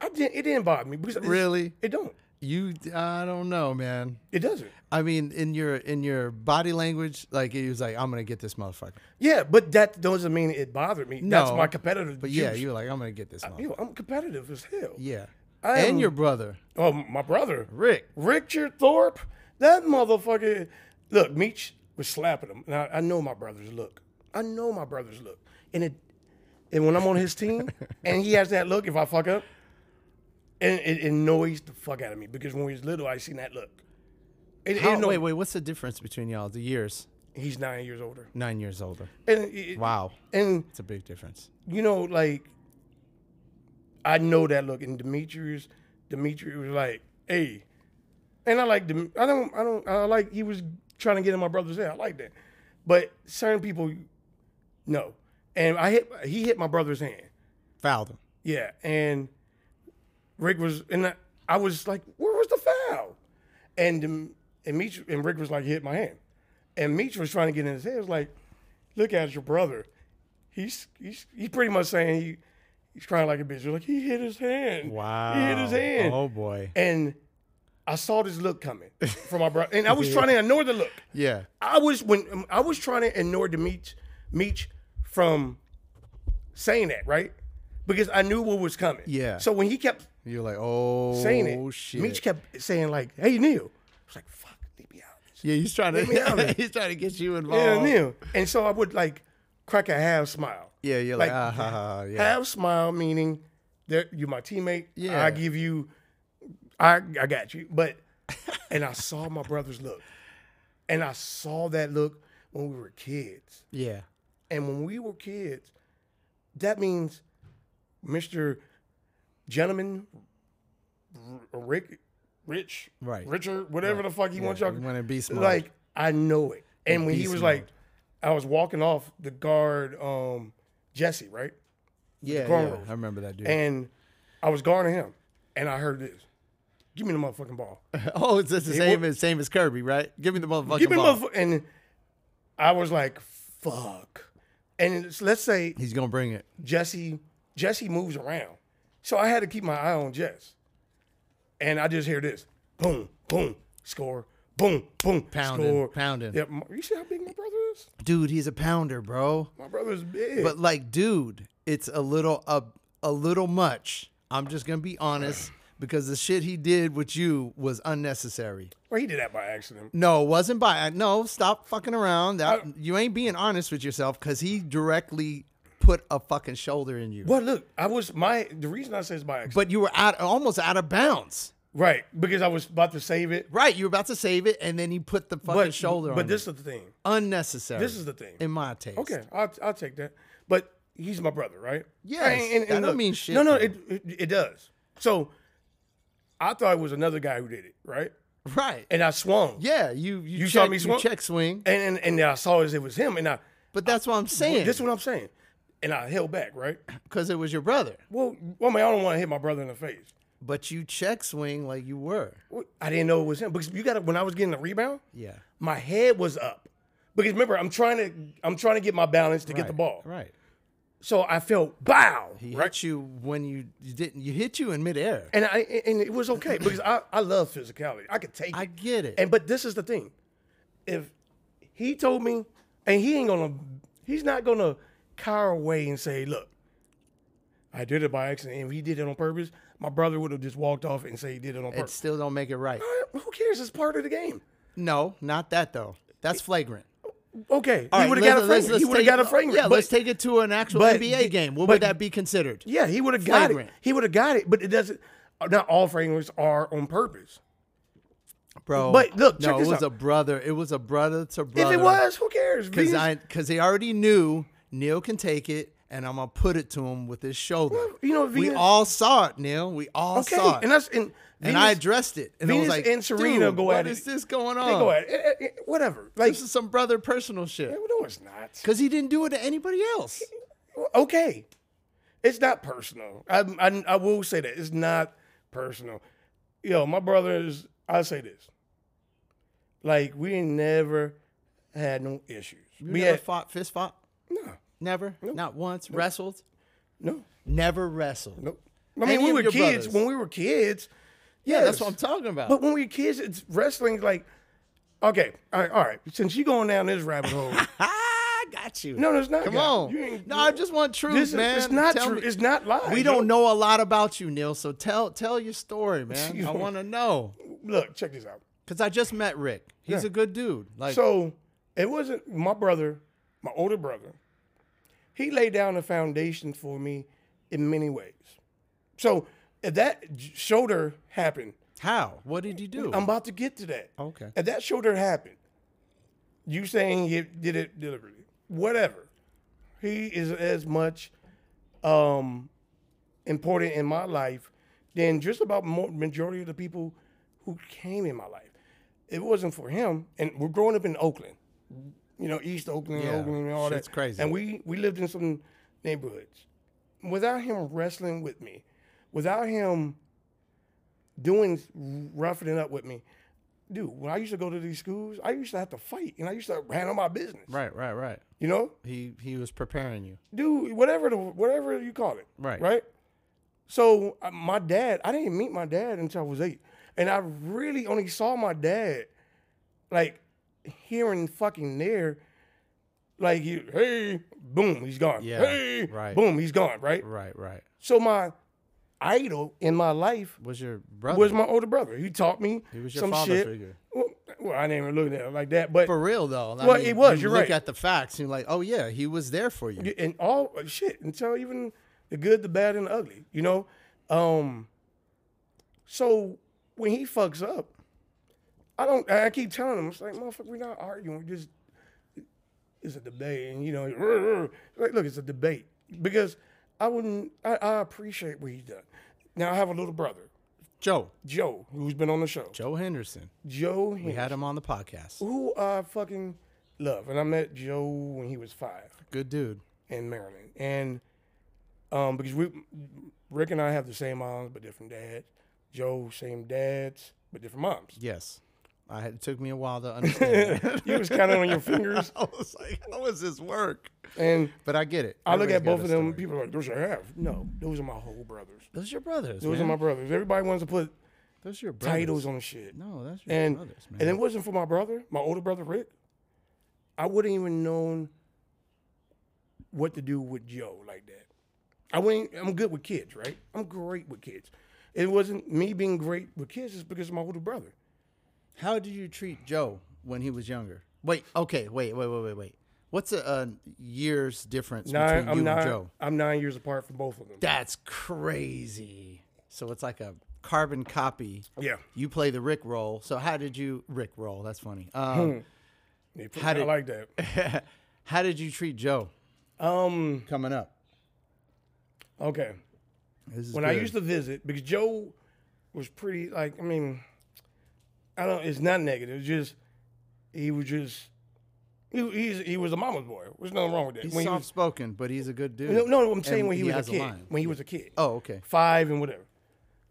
Speaker 6: I didn't it didn't bother me because it's-
Speaker 5: Really?
Speaker 6: it don't.
Speaker 5: You, I don't know, man.
Speaker 6: It doesn't.
Speaker 5: I mean, in your in your body language, like he was like, "I'm gonna get this motherfucker."
Speaker 6: Yeah, but that doesn't mean it bothered me.
Speaker 5: No,
Speaker 6: That's my competitive.
Speaker 5: But yeah,
Speaker 6: juice.
Speaker 5: you were like, "I'm gonna get this motherfucker."
Speaker 6: Yo, I'm competitive as hell.
Speaker 5: Oh. Yeah,
Speaker 6: I
Speaker 5: and
Speaker 6: am-
Speaker 5: your brother,
Speaker 6: Oh, my brother.
Speaker 5: Rick.
Speaker 6: Richard Thorpe. That motherfucker. Look, Meech was slapping him. Now I know my brother's look. I know my brother's look. And it and when I'm on his team and he has that look, if I fuck up, and it, it annoys the fuck out of me because when he was little, I seen that look. It, it
Speaker 5: How,
Speaker 6: annoyed-
Speaker 5: wait, wait, what's the difference between y'all? The years,
Speaker 6: He's nine years older.
Speaker 5: nine years older.
Speaker 6: And it-
Speaker 5: Wow,
Speaker 6: And
Speaker 5: it's a big difference.
Speaker 6: you know, like I know that look. And Demetrius, Demetrius was like, "Hey," and I like. Dem- I don't. I don't. I like. He was trying to get in my brother's head. I like that. But certain people, no. And I hit. He hit my brother's hand.
Speaker 5: Fouled him.
Speaker 6: Yeah, and Rick was, and I, I was like, "Where was the foul?" And um, and Meech and Rick was like, "Hit my hand," and Meech was trying to get in his head. It was like, "Look at your brother. He's he's he's pretty much saying he he's crying like a bitch. You're like he hit his hand.
Speaker 5: Wow,
Speaker 6: he hit his hand.
Speaker 5: Oh boy.
Speaker 6: And I saw this look coming from my brother, and I was trying to ignore the look.
Speaker 5: Yeah,
Speaker 6: I was when um, I was trying to ignore the Meech, Meech from saying that, right? Because I knew what was coming.
Speaker 5: Yeah.
Speaker 6: So when he kept
Speaker 5: you're like, oh,
Speaker 6: saying it,
Speaker 5: shit.
Speaker 6: Meech kept saying like, "Hey Neil," I was like, "Fuck, leave me out."
Speaker 5: yeah, he's trying
Speaker 6: me out of
Speaker 5: to
Speaker 6: it.
Speaker 5: he's trying to get you
Speaker 6: Yeah,
Speaker 5: involved.
Speaker 6: Neil. And so I would like crack a half smile.
Speaker 5: Yeah, you're like, ah, ha, ha, ha, yeah.
Speaker 6: half smile meaning that you're my teammate.
Speaker 5: Yeah.
Speaker 6: I give you, I I got you. But and I saw my brother's look, and I saw that look when we were kids.
Speaker 5: yeah,
Speaker 6: And when we were kids, that means Mr. Gentleman, R- Rick, Rich,
Speaker 5: Right.
Speaker 6: Richard, whatever the fuck he wants y'all.
Speaker 5: you wanna be smart.
Speaker 6: Like I know it. And when
Speaker 5: be
Speaker 6: he was
Speaker 5: smart.
Speaker 6: like, I was walking off the guard, um, Jesse, right?
Speaker 5: yeah, yeah.
Speaker 6: cornrows.
Speaker 5: I remember that dude.
Speaker 6: And I was guarding him, and I heard this: "Give me the motherfucking ball."
Speaker 5: oh, it's it's the same
Speaker 6: wa-
Speaker 5: as same as Kirby, right? Give me the motherfucking
Speaker 6: Give me the
Speaker 5: ball.
Speaker 6: motherfucking. And I was like, "Fuck." And it's- let's say
Speaker 5: he's gonna bring it.
Speaker 6: Jesse Jesse moves around. So I had to keep my eye on Jess. And I just hear this. Boom, boom, score. Boom, boom,
Speaker 5: Pounding,
Speaker 6: score.
Speaker 5: pounding.
Speaker 6: Yeah, my- you see how big my brother is?
Speaker 5: Dude, he's a pounder, bro.
Speaker 6: My brother's big.
Speaker 5: But like, dude, it's a little a, a little much. I'm just gonna be honest because the shit he did with you was unnecessary.
Speaker 6: well, he did that by accident.
Speaker 5: No, it wasn't by no. Stop fucking around. That you ain't being honest with yourself because he directly put a fucking shoulder in you.
Speaker 6: Well, look, I was my the reason I say it's by accident.
Speaker 5: But you were out almost out of bounds.
Speaker 6: right, because I was about to save it.
Speaker 5: Right, you were about to save it, and then he put the fucking
Speaker 6: But
Speaker 5: shoulder on.
Speaker 6: But this
Speaker 5: you.
Speaker 6: is the thing.
Speaker 5: unnecessary.
Speaker 6: This is the thing.
Speaker 5: in my taste.
Speaker 6: Okay, I'll, I'll take that. But he's my brother, right?
Speaker 5: Yes, that don't mean shit,
Speaker 6: No, no,
Speaker 5: though.
Speaker 6: it, it it does. So I thought it was another guy who did it, right?
Speaker 5: right?
Speaker 6: And I swung.
Speaker 5: yeah, you you,
Speaker 6: You
Speaker 5: check,
Speaker 6: saw me
Speaker 5: you
Speaker 6: swing?
Speaker 5: check swing,
Speaker 6: and and, and I saw as it was him, and I
Speaker 5: but that's what I'm saying.
Speaker 6: this is what I'm saying, and I held back, right?
Speaker 5: because it was your brother.
Speaker 6: Well, well, I mean, I don't want to hit my brother in the face.
Speaker 5: But you check swing like you were.
Speaker 6: Well, I didn't know it was him because you got to when I was getting the rebound,
Speaker 5: Yeah.
Speaker 6: my head was up because remember I'm trying to I'm trying to get my balance to get the ball,
Speaker 5: Right.
Speaker 6: so I felt bow,
Speaker 5: He
Speaker 6: right?
Speaker 5: hit you when you, you didn't. You hit you in midair.
Speaker 6: And I and it was okay because I I love physicality, I could take
Speaker 5: I
Speaker 6: it,
Speaker 5: get it.
Speaker 6: and but this is the thing, if he told me, and he ain't gonna he's not gonna cower away and say, look. I did it by accident. If he did it on purpose, my brother would have just walked off and say he did it on
Speaker 5: it
Speaker 6: purpose.
Speaker 5: still don't make it right.
Speaker 6: Who cares? It's part of the game.
Speaker 5: No, not that though. That's flagrant.
Speaker 6: Okay,
Speaker 5: All
Speaker 6: he
Speaker 5: right,
Speaker 6: would have
Speaker 5: let's-
Speaker 6: got a
Speaker 5: let's-
Speaker 6: finger.
Speaker 5: let's
Speaker 6: He would have
Speaker 5: take-
Speaker 6: got a finger.
Speaker 5: Yeah,
Speaker 6: but-
Speaker 5: let's take it to an actual
Speaker 6: but-
Speaker 5: NBA game. What
Speaker 6: but-
Speaker 5: would that be considered?
Speaker 6: Yeah, he would have got
Speaker 5: Flagrant.
Speaker 6: it. He would have got it, but it doesn't. uh, Not all fingers are on purpose.
Speaker 5: Bro,
Speaker 6: but look,
Speaker 5: no,
Speaker 6: check this
Speaker 5: it was
Speaker 6: out.
Speaker 5: a brother. It was a brother to brother.
Speaker 6: If it was, who cares?
Speaker 5: because
Speaker 6: Venus-
Speaker 5: I because they already knew Neil can take it, and I'm gonna put it to him with his shoulder.
Speaker 6: Well, you know,
Speaker 5: we
Speaker 6: Venus-
Speaker 5: all saw it, Neil. We all
Speaker 6: okay,
Speaker 5: saw it,
Speaker 6: and that's and,
Speaker 5: And I
Speaker 6: Venus-
Speaker 5: addressed it. And
Speaker 6: Venus
Speaker 5: I was like,
Speaker 6: and Serena
Speaker 5: Dude,
Speaker 6: go
Speaker 5: what
Speaker 6: at
Speaker 5: is
Speaker 6: it.
Speaker 5: this going on?
Speaker 6: They go at it, eh, eh, eh, whatever. Like,
Speaker 5: This is some brother personal shit.
Speaker 6: no, it's not.
Speaker 5: Because he didn't do it to anybody else.
Speaker 6: Okay, It's not personal. I, I I will say that it's not personal. Yo, my brothers, I say this. Like we ain't never had no issues.
Speaker 5: You
Speaker 6: we
Speaker 5: never
Speaker 6: had
Speaker 5: fought fist fought?
Speaker 6: no,
Speaker 5: Never? Not once? Wrestled?
Speaker 6: no,
Speaker 5: Never wrestled.
Speaker 6: no. I
Speaker 5: Any
Speaker 6: mean, we
Speaker 5: of
Speaker 6: were
Speaker 5: your
Speaker 6: kids.
Speaker 5: brothers?
Speaker 6: When we were kids,
Speaker 5: Yeah, that's what
Speaker 6: yes.
Speaker 5: I'm talking about.
Speaker 6: But when we were kids, it's wrestling. Like, okay, all right, all right. Since you going down this rabbit hole,
Speaker 5: Ah, I got you.
Speaker 6: no, no, it's not.
Speaker 5: Come
Speaker 6: God.
Speaker 5: on.
Speaker 6: You ain't-
Speaker 5: no, I just want truth,
Speaker 6: This is-
Speaker 5: man.
Speaker 6: It's not
Speaker 5: Tell
Speaker 6: true.
Speaker 5: me-
Speaker 6: It's not lies.
Speaker 5: we don't know a lot about you, Neil. So tell tell your story, man.
Speaker 6: You
Speaker 5: I
Speaker 6: don't-
Speaker 5: want to know
Speaker 6: Look, check this out.
Speaker 5: because I just met Rick. He's
Speaker 6: Yeah.
Speaker 5: a good dude. Like
Speaker 6: So it wasn't my brother, my older brother. He laid down the foundation for me in many ways. So if that j- shoulder happened,
Speaker 5: how? What did you do?
Speaker 6: I'm about to get to that.
Speaker 5: Okay.
Speaker 6: If that shoulder happened, you saying he did it deliberately, whatever. He is as much um, important in my life than just about more, majority of the people who came in my life. If it wasn't for him, and we're growing up in Oakland, you know, East Oakland,
Speaker 5: Yeah,
Speaker 6: Oakland, and all
Speaker 5: shit's
Speaker 6: that.
Speaker 5: crazy.
Speaker 6: And we we lived in some neighborhoods. Without him wrestling with me, without him doing roughing it up with me, dude. When I used to go to these schools, I used to have to fight, and I used to handle my business.
Speaker 5: right, right, right.
Speaker 6: You know,
Speaker 5: He he was preparing you.
Speaker 6: dude, whatever the whatever you call it.
Speaker 5: Right.
Speaker 6: Right. So uh, my dad, I didn't meet my dad until I was eight, and I really only saw my dad, like, here and fucking there, like you, hey, boom, he's gone.
Speaker 5: Yeah,
Speaker 6: Hey,
Speaker 5: right.
Speaker 6: boom, he's gone. Right.
Speaker 5: Right, right.
Speaker 6: So my idol in my life
Speaker 5: Was your brother?
Speaker 6: was my older brother. He taught me
Speaker 5: He was your
Speaker 6: some
Speaker 5: father
Speaker 6: shit.
Speaker 5: figure.
Speaker 6: Well, well, I didn't even look at it like that, but
Speaker 5: for real though. I
Speaker 6: Well, it was,
Speaker 5: You
Speaker 6: you're
Speaker 5: look
Speaker 6: right.
Speaker 5: at the facts. And you're like, oh yeah, he was there for you.
Speaker 6: y- and all shit until even the good, the bad, and the ugly. You know, um. So when he fucks up, I don't. I keep telling him, it's like, motherfucker, we're not arguing. We're just it's a debate, and you know, "Rrr, rrr." like, look, it's a debate because I wouldn't. I, I appreciate what he's done. Now I have a little brother,
Speaker 5: Joe,
Speaker 6: Joe, who's been on the show.
Speaker 5: Joe Henderson.
Speaker 6: Joe,
Speaker 5: We had him on the podcast.
Speaker 6: who I fucking love, and I met Joe when he was five
Speaker 5: Good dude.
Speaker 6: in Maryland, and um, because we Rick and I have the same moms but different dads. Joe, same dads but different moms.
Speaker 5: Yes. I had, it took me a while to understand. that.
Speaker 6: You was counting on your fingers,
Speaker 5: I was like, how is this work?
Speaker 6: and
Speaker 5: But I get it.
Speaker 6: I look
Speaker 5: Everybody's got
Speaker 6: at both
Speaker 5: a
Speaker 6: of them.
Speaker 5: story.
Speaker 6: People are like, "Those are half." No, those are my whole brothers.
Speaker 5: Those are your brothers.
Speaker 6: Those
Speaker 5: man.
Speaker 6: are my brothers. Everybody wants to put
Speaker 5: Those are your brothers.
Speaker 6: titles on shit.
Speaker 5: No, that's your
Speaker 6: and
Speaker 5: brothers, man.
Speaker 6: and it wasn't for my brother, my older brother Rick. I wouldn't even known what to do with Joe like that. I wouldn't. I'm good with kids, right? I'm great with kids. It wasn't me being great with kids. It's because of my older brother.
Speaker 5: How did you treat Joe when he was younger? Wait, okay, wait, wait, wait, wait, wait. What's a, uh years difference between
Speaker 6: Nine.
Speaker 5: you
Speaker 6: I'm
Speaker 5: and
Speaker 6: nine.
Speaker 5: Joe?
Speaker 6: I'm nine years apart from both of them.
Speaker 5: That's crazy. So it's like a carbon copy.
Speaker 6: yeah.
Speaker 5: You play the Rick roll. So how did you Rick roll? That's funny. Um,
Speaker 6: They put-
Speaker 5: How
Speaker 6: I
Speaker 5: did-
Speaker 6: like that.
Speaker 5: how did you treat Joe
Speaker 6: Um.
Speaker 5: coming up?
Speaker 6: Okay.
Speaker 5: This is
Speaker 6: when I
Speaker 5: good.
Speaker 6: used to visit because Joe was pretty like I mean I don't it's not negative it's just he was just he he's, he was a mama's boy there's nothing wrong with that
Speaker 5: he's
Speaker 6: when he
Speaker 5: soft
Speaker 6: was,
Speaker 5: spoken, but he's a good dude.
Speaker 6: no no I'm saying
Speaker 5: And
Speaker 6: when he, was
Speaker 5: has
Speaker 6: a kid
Speaker 5: line.
Speaker 6: when he was a kid
Speaker 5: Oh, okay.
Speaker 6: five and whatever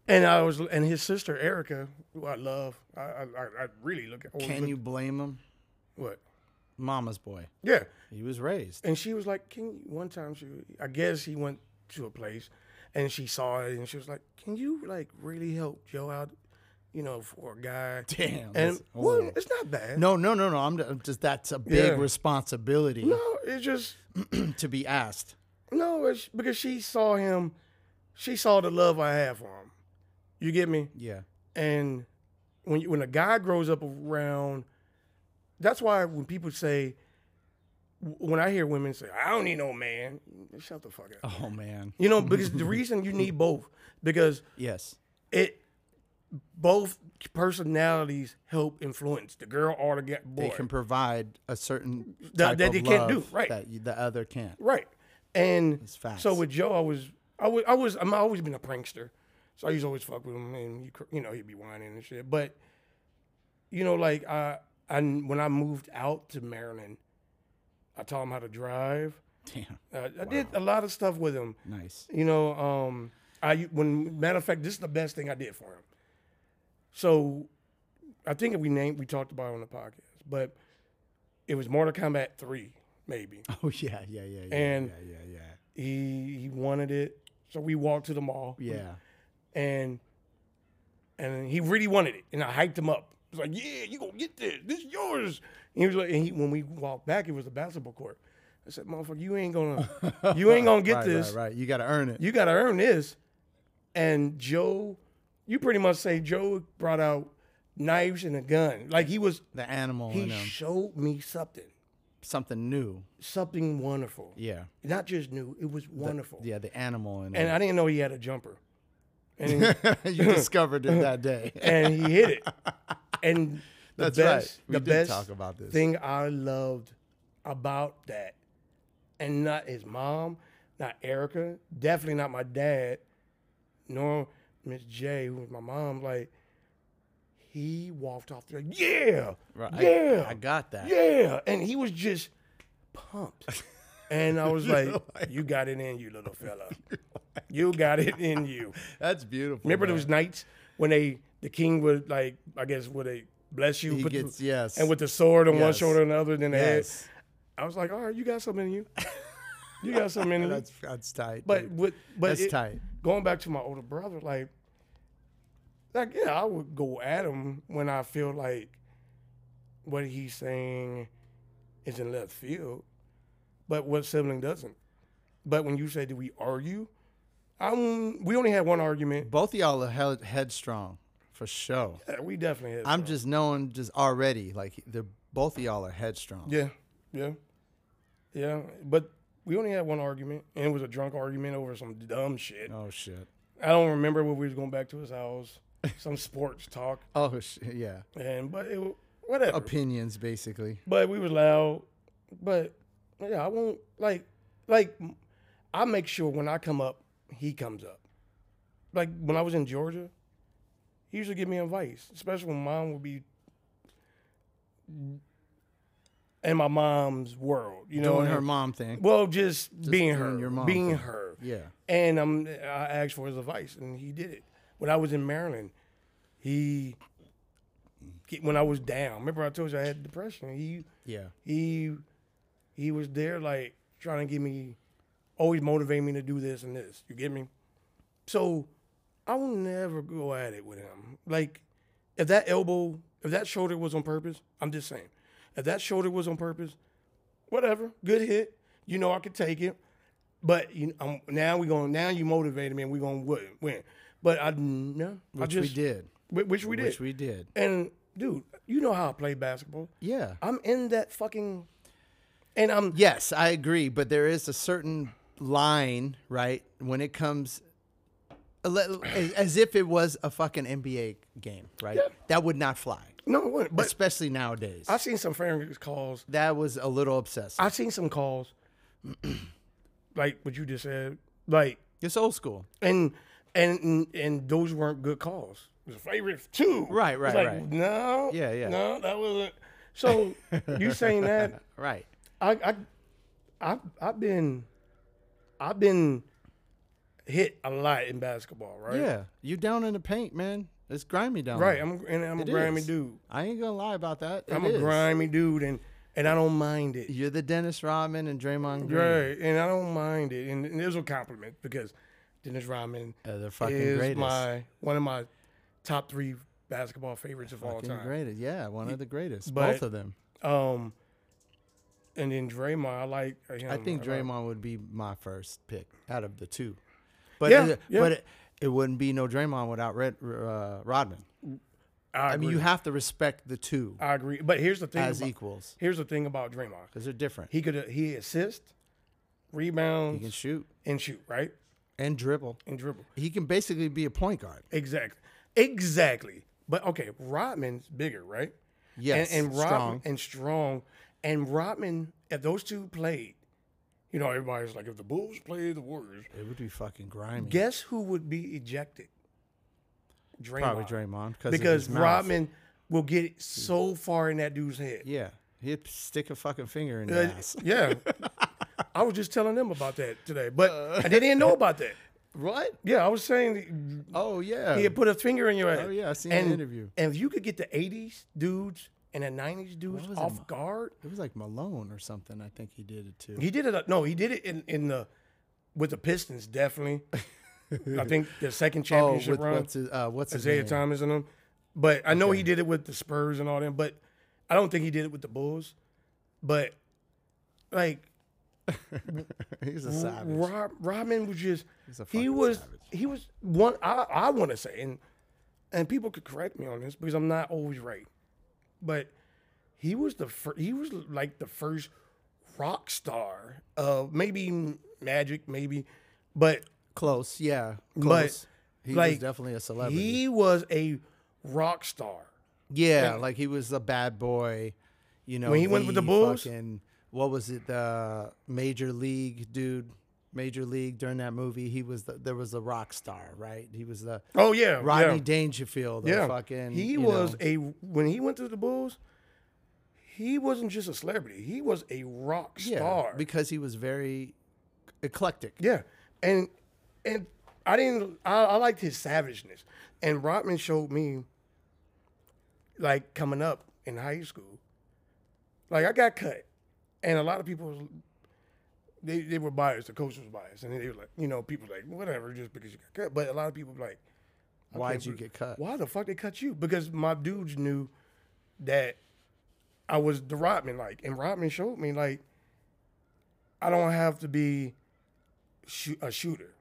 Speaker 6: and I was and his sister Erica who I love I I, I I really look at
Speaker 5: Can you blame him?
Speaker 6: what
Speaker 5: Mama's boy.
Speaker 6: yeah
Speaker 5: He was raised.
Speaker 6: and she was like, "Can you?" One time, she I guess he went to a place, and she saw it, and she was like, "Can you like really help Joe out?" You know, for a guy.
Speaker 5: Damn,
Speaker 6: And
Speaker 5: that's
Speaker 6: well,
Speaker 5: horrible.
Speaker 6: it's not bad.
Speaker 5: No, no, no, no. I'm I'm just that's a big
Speaker 6: Yeah.
Speaker 5: responsibility
Speaker 6: no, it's just
Speaker 5: to be asked.
Speaker 6: no, it's because she saw him, she saw the love I have for him. You get me?
Speaker 5: Yeah.
Speaker 6: And when you, when a guy grows up around, that's why when people say, when I hear women say, "I don't need no man," shut the fuck up.
Speaker 5: Oh man.
Speaker 6: You know, because the reason you need both because
Speaker 5: Yes.
Speaker 6: it both personalities help influence the girl or the ga- boy.
Speaker 5: They can provide a certain type
Speaker 6: That- that
Speaker 5: of
Speaker 6: they can't do,
Speaker 5: love
Speaker 6: right.
Speaker 5: That you- the other can't.
Speaker 6: right. And
Speaker 5: facts.
Speaker 6: so with Joe, I was I was I was I'm always been a prankster. So I used to always fuck with him and you cr- you know, he'd be whining and shit. But you know, like I I when I moved out to Maryland, I taught him how to drive.
Speaker 5: Damn.
Speaker 6: Uh, I did a lot of stuff with him.
Speaker 5: Nice.
Speaker 6: You know, um, I when matter of fact, this is the best thing I did for him. So, I think we named we talked about it on the podcast, but it was Mortal Kombat three, maybe.
Speaker 5: Oh yeah, yeah, yeah, yeah,
Speaker 6: And-
Speaker 5: yeah, yeah,
Speaker 6: he he wanted it, so we walked to the mall.
Speaker 5: yeah. Yeah.
Speaker 6: and and he really wanted it, and I hyped him up. I was like, "Yeah, you gonna get this? This is yours." And he was like, and he, when we walked back, it was a basketball court. I said, "Motherfucker, you ain't gonna, you ain't gonna get
Speaker 5: right,
Speaker 6: this.
Speaker 5: Right, right. You got to earn it.
Speaker 6: You gotta earn this." And Joe, you pretty much say Joe brought out knives and a gun. Like he was,
Speaker 5: the animal
Speaker 6: he
Speaker 5: in him.
Speaker 6: showed me something,
Speaker 5: Something new.
Speaker 6: something wonderful.
Speaker 5: Yeah.
Speaker 6: Not just new, it was wonderful.
Speaker 5: Yeah, the animal in
Speaker 6: And
Speaker 5: him.
Speaker 6: I didn't know he had a jumper. And
Speaker 5: you discovered it that day.
Speaker 6: and he hit it. And the
Speaker 5: That's right.
Speaker 6: best,
Speaker 5: We
Speaker 6: the
Speaker 5: did
Speaker 6: best
Speaker 5: talk about this.
Speaker 6: thing I loved about that, and not his mom, not Erica, definitely not my dad, nor Miss J, who was my mom. Like he walked off there, yeah,
Speaker 5: Right, I-
Speaker 6: yeah,
Speaker 5: I got that.
Speaker 6: yeah, and he was just pumped. And I was like, "You got it in you, little fella. You got it in you."
Speaker 5: That's beautiful.
Speaker 6: Remember
Speaker 5: man.
Speaker 6: those nights when they the king would like I guess would they bless you
Speaker 5: He
Speaker 6: put the-
Speaker 5: gets- yes.
Speaker 6: and with the sword on one
Speaker 5: Yes.
Speaker 6: shoulder and the other then the head.
Speaker 5: Yes.
Speaker 6: I was like, all right, you got something in you. You got something in you.
Speaker 5: That's that's tight.
Speaker 6: but
Speaker 5: dude.
Speaker 6: with but
Speaker 5: that's
Speaker 6: it-
Speaker 5: tight.
Speaker 6: Going back to my older brother, like like yeah, I would go at him when I feel like what he's saying is in left field, but what sibling doesn't. But when you say, "Do we argue?" I'm. We only had one argument.
Speaker 5: both of y'all are held, headstrong for sure.
Speaker 6: Yeah, we definitely had.
Speaker 5: I'm
Speaker 6: some.
Speaker 5: just knowing just already like they're both of y'all are headstrong.
Speaker 6: Yeah, yeah, yeah. But we only had one argument, and it was a drunk argument over some dumb shit.
Speaker 5: Oh shit.
Speaker 6: I don't remember when we was going back to his house. Some sports talk,
Speaker 5: Oh shit. Yeah.
Speaker 6: and but it wa- whatever.
Speaker 5: Opinions basically.
Speaker 6: but we was loud. But yeah, I won't like like I make sure when I come up, he comes up. Like when I was in Georgia, he usually give me advice, especially when mom would be in my mom's world, you know,
Speaker 5: Doing her
Speaker 6: and-
Speaker 5: mom thing.
Speaker 6: Well, just, being
Speaker 5: doing
Speaker 6: her,
Speaker 5: your mom
Speaker 6: being
Speaker 5: thing.
Speaker 6: her.
Speaker 5: Yeah.
Speaker 6: And um, I asked for his advice, and he did it. When I was in Maryland, he, when I was down, remember I told you I had depression. He,
Speaker 5: Yeah.
Speaker 6: he, he was there, like trying to give me, always motivate me to do this and this. You get me? So, I will never go at it with him. Like, if that elbow, if that shoulder was on purpose, I'm just saying, if that shoulder was on purpose, whatever, good hit. You know I could take it. But you, i now we going now you motivated me and we gonna win. win. But I no, I
Speaker 5: Which
Speaker 6: just,
Speaker 5: we did.
Speaker 6: whi- which we did,
Speaker 5: Which we did.
Speaker 6: And dude, you know how I play basketball.
Speaker 5: Yeah.
Speaker 6: I'm in that fucking, and I'm
Speaker 5: Yes, I agree, but there is a certain line, right, when it comes le- as as if it was a fucking NBA game, right? That would not fly,
Speaker 6: no, what- but
Speaker 5: especially nowadays.
Speaker 6: I seen some fair calls.
Speaker 5: that was a little obsessive.
Speaker 6: I seen some calls, like what you just said, like
Speaker 5: it's old school.
Speaker 6: and and and those weren't good calls. It was favorite two.
Speaker 5: Right,
Speaker 6: It's
Speaker 5: right,
Speaker 6: like,
Speaker 5: right.
Speaker 6: No.
Speaker 5: Yeah, yeah.
Speaker 6: No, that wasn't. So you saying that?
Speaker 5: Right.
Speaker 6: I I I I've been I've been hit a lot in basketball, right?
Speaker 5: Yeah. You down in the paint, man. It's grimy down
Speaker 6: Right.
Speaker 5: there.
Speaker 6: I'm and I'm
Speaker 5: It
Speaker 6: a grimy
Speaker 5: is.
Speaker 6: dude.
Speaker 5: I ain't gonna lie about that. It
Speaker 6: I'm a
Speaker 5: is.
Speaker 6: grimy dude, and and I don't mind it.
Speaker 5: You're the Dennis Rodman and Draymond Green.
Speaker 6: Right, and I don't mind it, and, and it was a compliment because Dennis Rodman
Speaker 5: Uh, the fucking
Speaker 6: is
Speaker 5: greatest.
Speaker 6: my one of my top three basketball favorites of
Speaker 5: Fucking
Speaker 6: all time.
Speaker 5: greatest. Yeah, one of the greatest.
Speaker 6: but-
Speaker 5: Both of them.
Speaker 6: Um, and then Draymond, I like. Him.
Speaker 5: I think
Speaker 6: like-
Speaker 5: Draymond would be my first pick out of the two. But
Speaker 6: Yeah,
Speaker 5: it,
Speaker 6: yeah.
Speaker 5: but it, it wouldn't be no Draymond without Red, uh, Rodman.
Speaker 6: I,
Speaker 5: I mean, you
Speaker 6: agree.
Speaker 5: have to respect the two
Speaker 6: I agree, but here's the thing.
Speaker 5: as
Speaker 6: about,
Speaker 5: equals
Speaker 6: Here's the thing about Draymond.
Speaker 5: because they're different. He
Speaker 6: He could he assist,
Speaker 5: can
Speaker 6: rebounds,
Speaker 5: shoot
Speaker 6: and shoot right
Speaker 5: and dribble.
Speaker 6: and dribble.
Speaker 5: He can basically be a point guard.
Speaker 6: Exactly, exactly. But okay, Rodman's bigger, right?
Speaker 5: Yes,
Speaker 6: and, and Rod-
Speaker 5: strong.
Speaker 6: and strong and Rodman. If those two played, you know, everybody's like, if the Bulls play the Warriors,
Speaker 5: It would be fucking grimy.
Speaker 6: guess who would be ejected? Draymond.
Speaker 5: Probably Draymond because of
Speaker 6: because
Speaker 5: his mouth. Mm.
Speaker 6: Rodman will get so far in that dude's head.
Speaker 5: Yeah, he'd stick a fucking finger in
Speaker 6: Uh,
Speaker 5: your ass.
Speaker 6: yeah. I was just telling them about that today, but
Speaker 5: Uh.
Speaker 6: and they didn't know about that.
Speaker 5: What?
Speaker 6: Yeah, I was saying
Speaker 5: Oh yeah.
Speaker 6: he had put a finger in your ass.
Speaker 5: Oh, yeah, I seen the
Speaker 6: and,
Speaker 5: interview.
Speaker 6: And if you could get the '80s dudes and the '90s dudes
Speaker 5: was it, Ma-
Speaker 6: off guard,
Speaker 5: It was like Malone or something. I think he did it too.
Speaker 6: he did it. uh, No, he did it in, in the with the Pistons definitely. I think the second
Speaker 5: oh,
Speaker 6: championship
Speaker 5: with
Speaker 6: run.
Speaker 5: what's his, uh, what's his
Speaker 6: Isaiah
Speaker 5: name?
Speaker 6: Thomas and them. But I know he did it with the Spurs and all them, but I don't think he did it with the Bulls. But like
Speaker 5: He's a savage.
Speaker 6: Rob, Robin was just
Speaker 5: a
Speaker 6: he
Speaker 5: fucking
Speaker 6: was
Speaker 5: savage.
Speaker 6: he was one I, I want to say and and people could correct me on this because I'm not always right, but he was the fir- he was like the first rock star uh maybe Magic maybe, but
Speaker 5: Close, yeah.
Speaker 6: but
Speaker 5: Close. he
Speaker 6: like
Speaker 5: was definitely a celebrity.
Speaker 6: He was a rock star.
Speaker 5: yeah, like he was a bad boy. You know,
Speaker 6: When he went with the Bulls?
Speaker 5: fucking- what was it? The Major League dude. Major League during that movie, he was the, there was a rock star, right? He was the
Speaker 6: Oh yeah,
Speaker 5: Rodney
Speaker 6: yeah.
Speaker 5: Dangerfield. Yeah,
Speaker 6: Yeah,
Speaker 5: fucking.
Speaker 6: He
Speaker 5: you
Speaker 6: was
Speaker 5: know.
Speaker 6: a when he went to the Bulls. He wasn't just a celebrity. He was a rock
Speaker 5: yeah,
Speaker 6: star.
Speaker 5: because he was very eclectic.
Speaker 6: yeah, and and I didn't. I, I liked his savageness. And Rodman showed me, like coming up in high school, like I got cut, and a lot of people was. They, they were biased. The coach was biased, and they were like, you know, people were like whatever, just because you got cut. But a lot of people were like,
Speaker 5: Why'd you
Speaker 6: but
Speaker 5: get cut?
Speaker 6: Why the fuck they cut you? Because my dudes knew that I was the Rodman, like, and Rodman showed me like I don't have to be shoo- a shooter.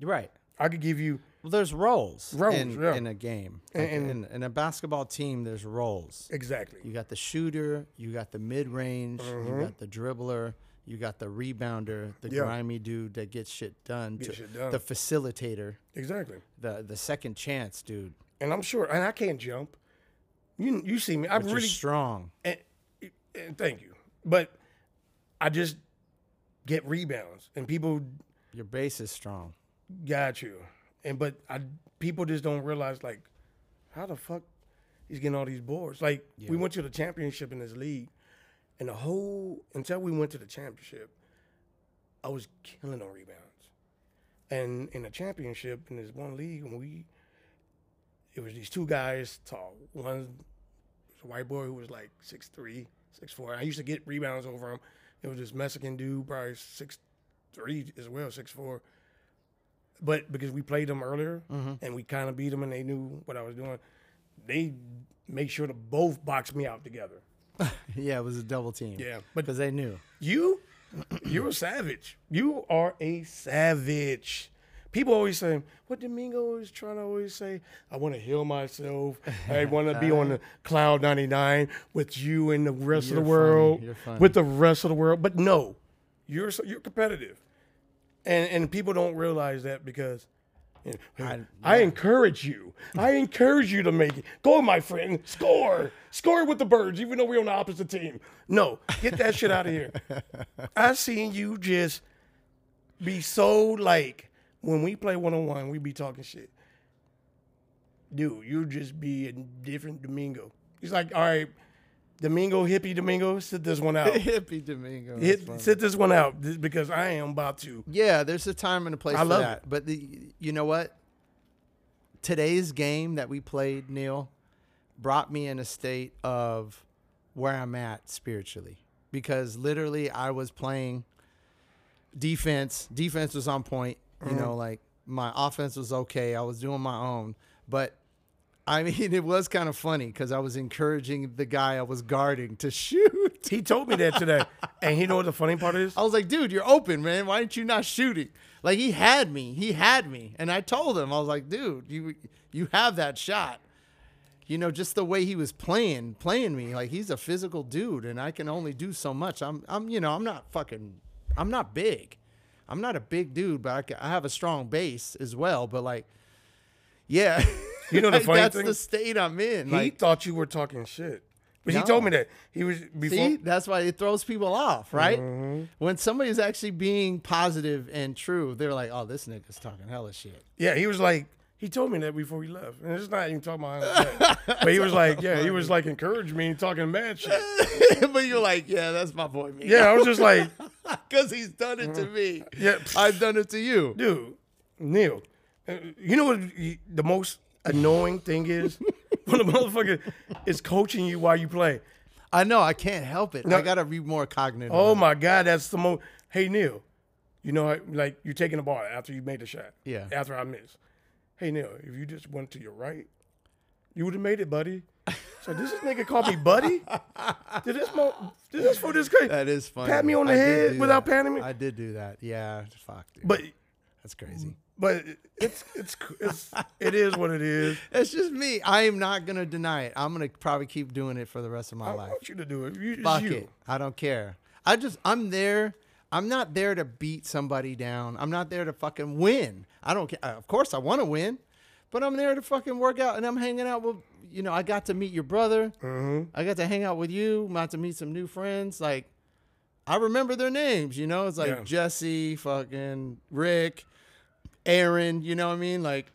Speaker 5: Right.
Speaker 6: I could give you
Speaker 5: Well, there's roles,
Speaker 6: Roles,
Speaker 5: in,
Speaker 6: yeah.
Speaker 5: in a game.
Speaker 6: And-
Speaker 5: Like, in, in a basketball team, there's roles.
Speaker 6: exactly.
Speaker 5: You got the shooter, you got the mid range, you got the dribbler, you got the rebounder, the
Speaker 6: Mm-hmm. Yeah.
Speaker 5: grimy dude that gets shit done, to-
Speaker 6: shit done.
Speaker 5: the facilitator,
Speaker 6: Exactly.
Speaker 5: the the second chance dude.
Speaker 6: And I'm sure and I can't jump. You you see me. I
Speaker 5: But you're
Speaker 6: really
Speaker 5: strong.
Speaker 6: and, and thank you. But I just get rebounds and people
Speaker 5: Your base is strong.
Speaker 6: Got you. And but I people just don't realize like how the fuck he's getting all these boards. Like we went to the championship in this league, and the whole until we went to the championship, I was killing on rebounds. And in the championship in this one league, and we it was these two guys tall. One was a white boy who was like 6'3", 6'4". I used to get rebounds over him. It was this Mexican dude, probably 6'3", as well, 6'4" but because we played them earlier and we kind of beat them and they knew what I was doing, they made sure to both box me out together.
Speaker 5: Yeah, it was a double team.
Speaker 6: Yeah, but-
Speaker 5: because they knew.
Speaker 6: You, you're a savage. You are a savage. People always say, what Domingo is trying to always say, I want to heal myself. I want to be on the cloud 99 with you and the rest
Speaker 5: You're
Speaker 6: of
Speaker 5: funny.
Speaker 6: the world,
Speaker 5: You're funny.
Speaker 6: with the rest of the world. But no, you're so, you're competitive. And and people don't realize that because you know, I, encourage you. I encourage you to make it. Go, my friend. Score. Score with the birds, even though we're on the opposite team. No, get that shit out of here. I seen you just be so like when we play one on one, we be talking shit. Dude, you just be a different Domingo. He's like, all right, Domingo, hippie Domingo, sit this one out.
Speaker 5: Hippie Domingo.
Speaker 6: Hit, sit this one out th- because I am about to.
Speaker 5: Yeah, there's a time and a place
Speaker 6: I
Speaker 5: for
Speaker 6: love
Speaker 5: that. But the, you know what? Today's game that we played, Neil, brought me in a state of where I'm at spiritually because literally I was playing defense. Defense was on point. You
Speaker 6: Mm-hmm.
Speaker 5: know, like my offense was okay. I was doing my own, but I mean, it was kind of funny because I was encouraging the guy I was guarding to shoot.
Speaker 6: He told me that today, and you know what the funny part is?
Speaker 5: I was like, dude, you're open, man. Why aren't you not shooting? Like he had me. He had me. And I told him, I was like, dude, you you have that shot. You know, just the way he was playing, playing me, like he's a physical dude and I can only do so much. I'm I'm you know, I'm not fucking I'm not big. I'm not a big dude, but I, ca- I have a strong base as well, but like yeah.
Speaker 6: You know the
Speaker 5: Like,
Speaker 6: funny
Speaker 5: that's
Speaker 6: thing?
Speaker 5: the state I'm in.
Speaker 6: he
Speaker 5: Like
Speaker 6: thought you were talking shit, but
Speaker 5: No.
Speaker 6: he told me that he was before.
Speaker 5: See, that's why it throws people off, right?
Speaker 6: Mm-hmm.
Speaker 5: When somebody's actually being positive and true, they're like, "Oh, this nigga's talking hella shit."
Speaker 6: Yeah, he was like, he told me that before he left, and it's not even talking about. that. But he was like, yeah, he was like encouraging me and talking mad shit.
Speaker 5: but you're like, "Yeah, that's my boy." Man.
Speaker 6: Yeah, I was just like,
Speaker 5: because he's done it to me.
Speaker 6: Yeah.
Speaker 5: I've done it to you.
Speaker 6: dude, Neil, uh, you know what y- the most annoying thing is when a motherfucker is coaching you while you play.
Speaker 5: I know. I can't help it. I gotta be more cognitive.
Speaker 6: Oh my god, that's the most. Hey Neil, you know, how- like you're taking the ball after you made the shot.
Speaker 5: Yeah.
Speaker 6: After I miss. Hey Neil, if you just went to your right, you would have made it, buddy. So did this nigga call me buddy? Did this mo? Did this fool just crazy?
Speaker 5: that is funny.
Speaker 6: Pat me on the
Speaker 5: I did do
Speaker 6: head without
Speaker 5: that.
Speaker 6: patting me.
Speaker 5: I did do that. Yeah. Fuck. Dude.
Speaker 6: but
Speaker 5: that's crazy.
Speaker 6: but it's it's it's it is what it is.
Speaker 5: It's just me. I am not gonna deny it. I'm gonna probably keep doing it for the rest of my
Speaker 6: I
Speaker 5: life.
Speaker 6: want you to do it. You, it's
Speaker 5: Fuck
Speaker 6: you.
Speaker 5: it. I don't care. I just I'm there. I'm not there to beat somebody down. I'm not there to fucking win. I don't care. Of course I want to win, but I'm there to fucking work out and I'm hanging out with you know, I got to meet your brother.
Speaker 6: Mm-hmm.
Speaker 5: I got to hang out with you, I'm about to meet some new friends like I remember their names, you know? It's like
Speaker 6: Yeah.
Speaker 5: Jesse, fucking Rick, Aaron, you know what I mean? Like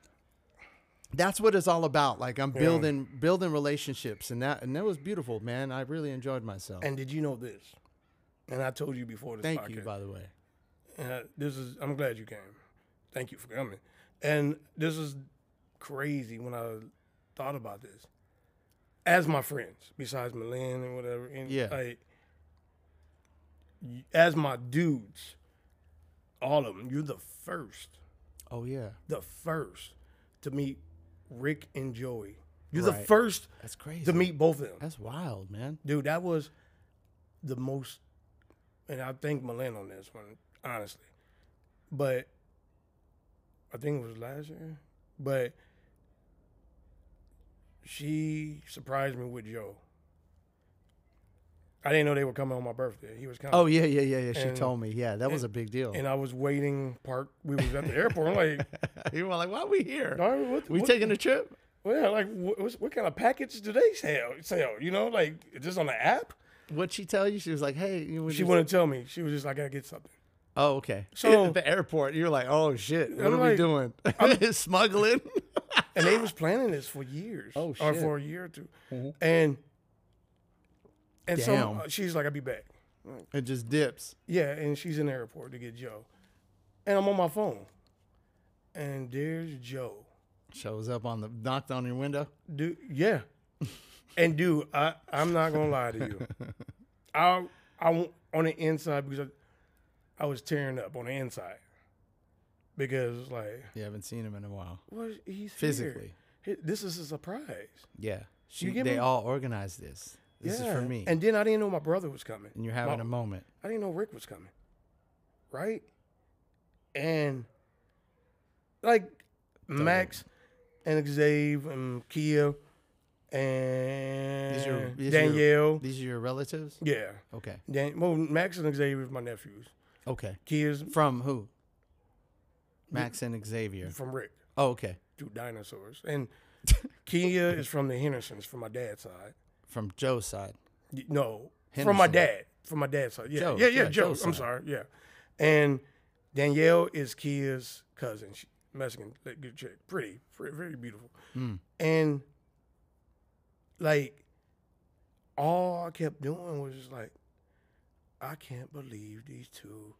Speaker 5: that's what it's all about. Like I'm building building relationships and that and that was beautiful, man. I really enjoyed myself.
Speaker 6: And did you know this? And I told you before this
Speaker 5: Thank
Speaker 6: podcast.
Speaker 5: you, by the way.
Speaker 6: And I- this is I'm glad you came. Thank you for coming. And this is crazy when I thought about this. As my friends, besides Milan and whatever, and
Speaker 5: Yeah.
Speaker 6: like y- as my dudes, all of them, you're the first,
Speaker 5: Oh yeah,
Speaker 6: the first to meet Rick and Joey. You're the
Speaker 5: Right.
Speaker 6: first
Speaker 5: that's crazy.
Speaker 6: to meet both of them.
Speaker 5: that's wild, man.
Speaker 6: Dude, that was the most, and I think Milan on this one, honestly. But I think it was last year. But she surprised me with Joe. I didn't know they were coming on my birthday. He was coming.
Speaker 5: Oh yeah, yeah, yeah, yeah. She
Speaker 6: And-
Speaker 5: told me. Yeah, that was a big deal.
Speaker 6: And I was waiting, parked. We was at the airport. I'm like,
Speaker 5: you were like, "Why are we here?
Speaker 6: Why we- what-
Speaker 5: we
Speaker 6: what-
Speaker 5: taking a trip?"
Speaker 6: well, yeah, like, what, what's- what kind of package do they sell? Sell, you know, like, is this on the app?
Speaker 5: What'd she tell you? She was like, "Hey, you
Speaker 6: She
Speaker 5: want?"
Speaker 6: wouldn't tell me. She was just, I gotta get something.
Speaker 5: Oh, okay.
Speaker 6: So-
Speaker 5: at the airport, you're like, "Oh shit, what
Speaker 6: I'm
Speaker 5: are we
Speaker 6: like-
Speaker 5: doing? Smuggling."
Speaker 6: and they was planning this for years.
Speaker 5: Oh,
Speaker 6: Or
Speaker 5: shit. Mm-hmm.
Speaker 6: for a year or 2 And and so uh,
Speaker 5: Damn.
Speaker 6: she's like, I'll be back.
Speaker 5: it just dips.
Speaker 6: Yeah, and she's in the airport to get Joe. And I'm on my phone. And there's Joe.
Speaker 5: Shows up on the knocked on your window.
Speaker 6: Dude, yeah. and dude, I, I'm not gonna lie to you. I I won't- on the inside because I, I was tearing up on the inside. Because like
Speaker 5: You haven't seen him in a while.
Speaker 6: what he's here.
Speaker 5: Physically.
Speaker 6: Hi- This is a surprise.
Speaker 5: Yeah, she.
Speaker 6: You get
Speaker 5: They
Speaker 6: me?
Speaker 5: all organized this. This is for me.
Speaker 6: And then I didn't know my brother was coming.
Speaker 5: and you're having
Speaker 6: my,
Speaker 5: a moment.
Speaker 6: I didn't know Rick was coming. Right? And like Max and Xavier and Kia and
Speaker 5: These are these are your-
Speaker 6: Danielle.
Speaker 5: these are your relatives.
Speaker 6: yeah.
Speaker 5: Okay.
Speaker 6: Dan, well, Max and Xavier is my nephews.
Speaker 5: Okay.
Speaker 6: Kia's
Speaker 5: From who? Max and Xavier.
Speaker 6: from Rick,
Speaker 5: Oh, okay.
Speaker 6: two dinosaurs. And Kia is from the Hendersons, from my dad's side.
Speaker 5: From Joe's side.
Speaker 6: Y- No, from my
Speaker 5: Henderson.
Speaker 6: dad. From my dad's side. Yeah,
Speaker 5: Joe,
Speaker 6: yeah,
Speaker 5: yeah,
Speaker 6: yeah. Joe.
Speaker 5: Joe's
Speaker 6: I'm
Speaker 5: side.
Speaker 6: sorry. Yeah, and Danielle is Kia's cousin. She, Mexican, like, good chick, pretty, pretty, very beautiful.
Speaker 5: Hmm.
Speaker 6: And like, all I kept doing was just like, I can't believe these two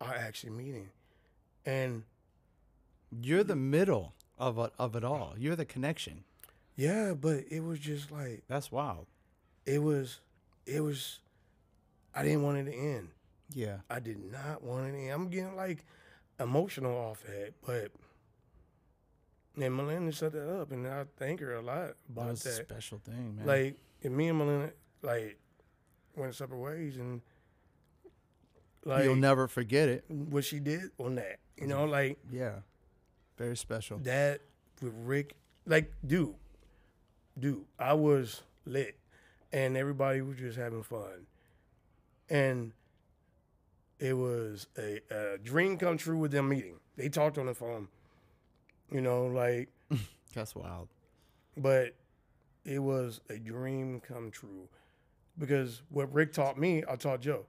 Speaker 6: are actually meeting, and
Speaker 5: You're the middle of it, of it all. You're the connection.
Speaker 6: yeah, but it was just like
Speaker 5: That's wild.
Speaker 6: it was, it was. I didn't want it to end.
Speaker 5: Yeah.
Speaker 6: I did not want any. I'm getting like emotional off that, but and Melinda set that up, and I thank her a lot
Speaker 5: That
Speaker 6: about
Speaker 5: was a
Speaker 6: that.
Speaker 5: special thing, man.
Speaker 6: Like, and me and Melinda like went separate ways, and like
Speaker 5: You'll never forget it.
Speaker 6: what she did on that, you know, like
Speaker 5: Yeah. Very special.
Speaker 6: that with Rick, like dude, dude, I was lit, and everybody was just having fun, and it was a, a dream come true with them meeting. They talked on the phone, you know, like,
Speaker 5: That's wild.
Speaker 6: but it was a dream come true because what Rick taught me, I taught Joe.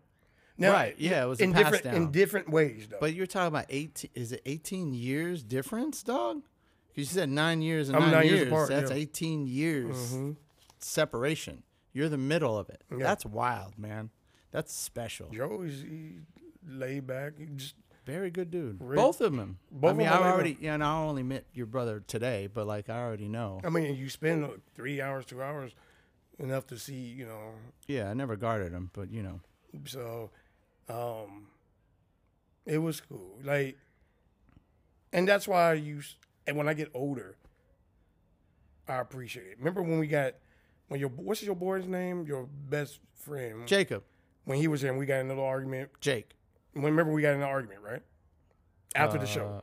Speaker 5: Right, yeah, it was a
Speaker 6: in
Speaker 5: pass
Speaker 6: different in
Speaker 5: down.
Speaker 6: different ways though.
Speaker 5: But you're talking about 18 is it 18 years difference, dog? 'Cause you said 9 years and
Speaker 6: I'm
Speaker 5: 9,
Speaker 6: nine
Speaker 5: years.
Speaker 6: years apart,
Speaker 5: That's
Speaker 6: yeah.
Speaker 5: Mm-hmm. 18 years separation. You're the middle of it. That's wild, man. That's special.
Speaker 6: Joe is he laid back. He just
Speaker 5: Very good dude.
Speaker 6: Really?
Speaker 5: Both of them.
Speaker 6: Both
Speaker 5: I
Speaker 6: of
Speaker 5: mean,
Speaker 6: 'em are
Speaker 5: I
Speaker 6: like-
Speaker 5: already, yeah, and I only met your brother today, but like I already know.
Speaker 6: I mean, you spend like, three hours, two hours, enough to see, you know.
Speaker 5: Yeah, I never guarded him, but you know,
Speaker 6: So, um, it was cool. Like, and that's why I use. And when I get older, I appreciate it. Remember when we got when your what's your boy's name? Your best friend
Speaker 5: Jacob,
Speaker 6: when he was in, we got in a little argument.
Speaker 5: Jake,
Speaker 6: When- Remember we got in an argument, right? After the show,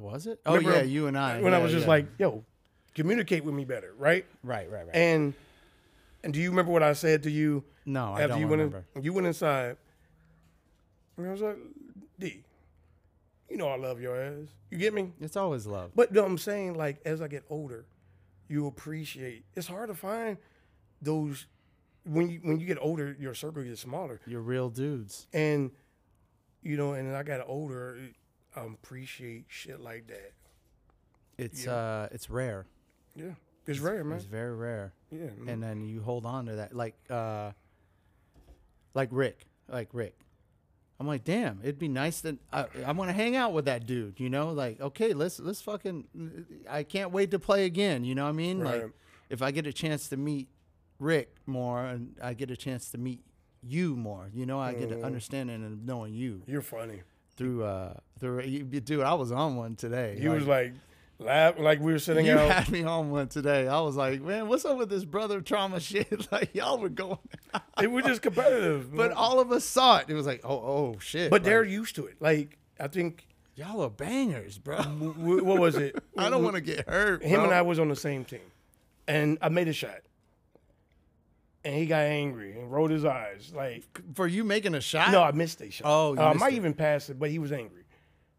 Speaker 5: was it? Oh
Speaker 6: Remember
Speaker 5: yeah, you and I.
Speaker 6: when I
Speaker 5: yeah,
Speaker 6: was just
Speaker 5: yeah.
Speaker 6: like, "Yo, communicate with me better," right?
Speaker 5: right, right, right.
Speaker 6: And and do you remember what I said to you?
Speaker 5: No, I don't
Speaker 6: you went in-
Speaker 5: remember.
Speaker 6: you went inside, and I was like, "D, you know I love your ass. You get me?"
Speaker 5: it's always love.
Speaker 6: But no, I'm saying like as I get older, you appreciate. It's hard to find those when you when you get older, your circle gets smaller,
Speaker 5: You're real dudes.
Speaker 6: and you know, and as I got older, I appreciate shit like that.
Speaker 5: It's uh, it's rare.
Speaker 6: Yeah, it's rare, man.
Speaker 5: It's very rare.
Speaker 6: Yeah, man.
Speaker 5: and then you hold on to that like uh like rick like rick i'm like damn it'd be nice that i i want to hang out with that dude you know like okay let's let's fucking i can't wait to play again you know what i mean like
Speaker 6: Right.
Speaker 5: if i get a chance to meet rick more and i get a chance to meet you more you know i get
Speaker 6: Mm.
Speaker 5: an understanding of knowing you
Speaker 6: You're funny.
Speaker 5: through uh through you, dude i was on one today
Speaker 6: You was like laugh like we were sitting
Speaker 5: you
Speaker 6: out.
Speaker 5: had me on one today. I was like, man, what's up with this brother trauma shit? Like y'all were going,
Speaker 6: They were just competitive.
Speaker 5: but all of us saw it. It was like, oh, oh shit.
Speaker 6: but they're
Speaker 5: like,
Speaker 6: used to it. Like I think
Speaker 5: y'all are bangers, bro.
Speaker 6: w- what was it?
Speaker 5: I don't want to get hurt.
Speaker 6: Him
Speaker 5: bro.
Speaker 6: and I was on the same team, and I made a shot, and he got angry and rolled his eyes. Like
Speaker 5: for you making a shot.
Speaker 6: no, I missed a shot.
Speaker 5: Oh, you
Speaker 6: Uh, I
Speaker 5: missed
Speaker 6: might
Speaker 5: it.
Speaker 6: even pass it, but he was angry.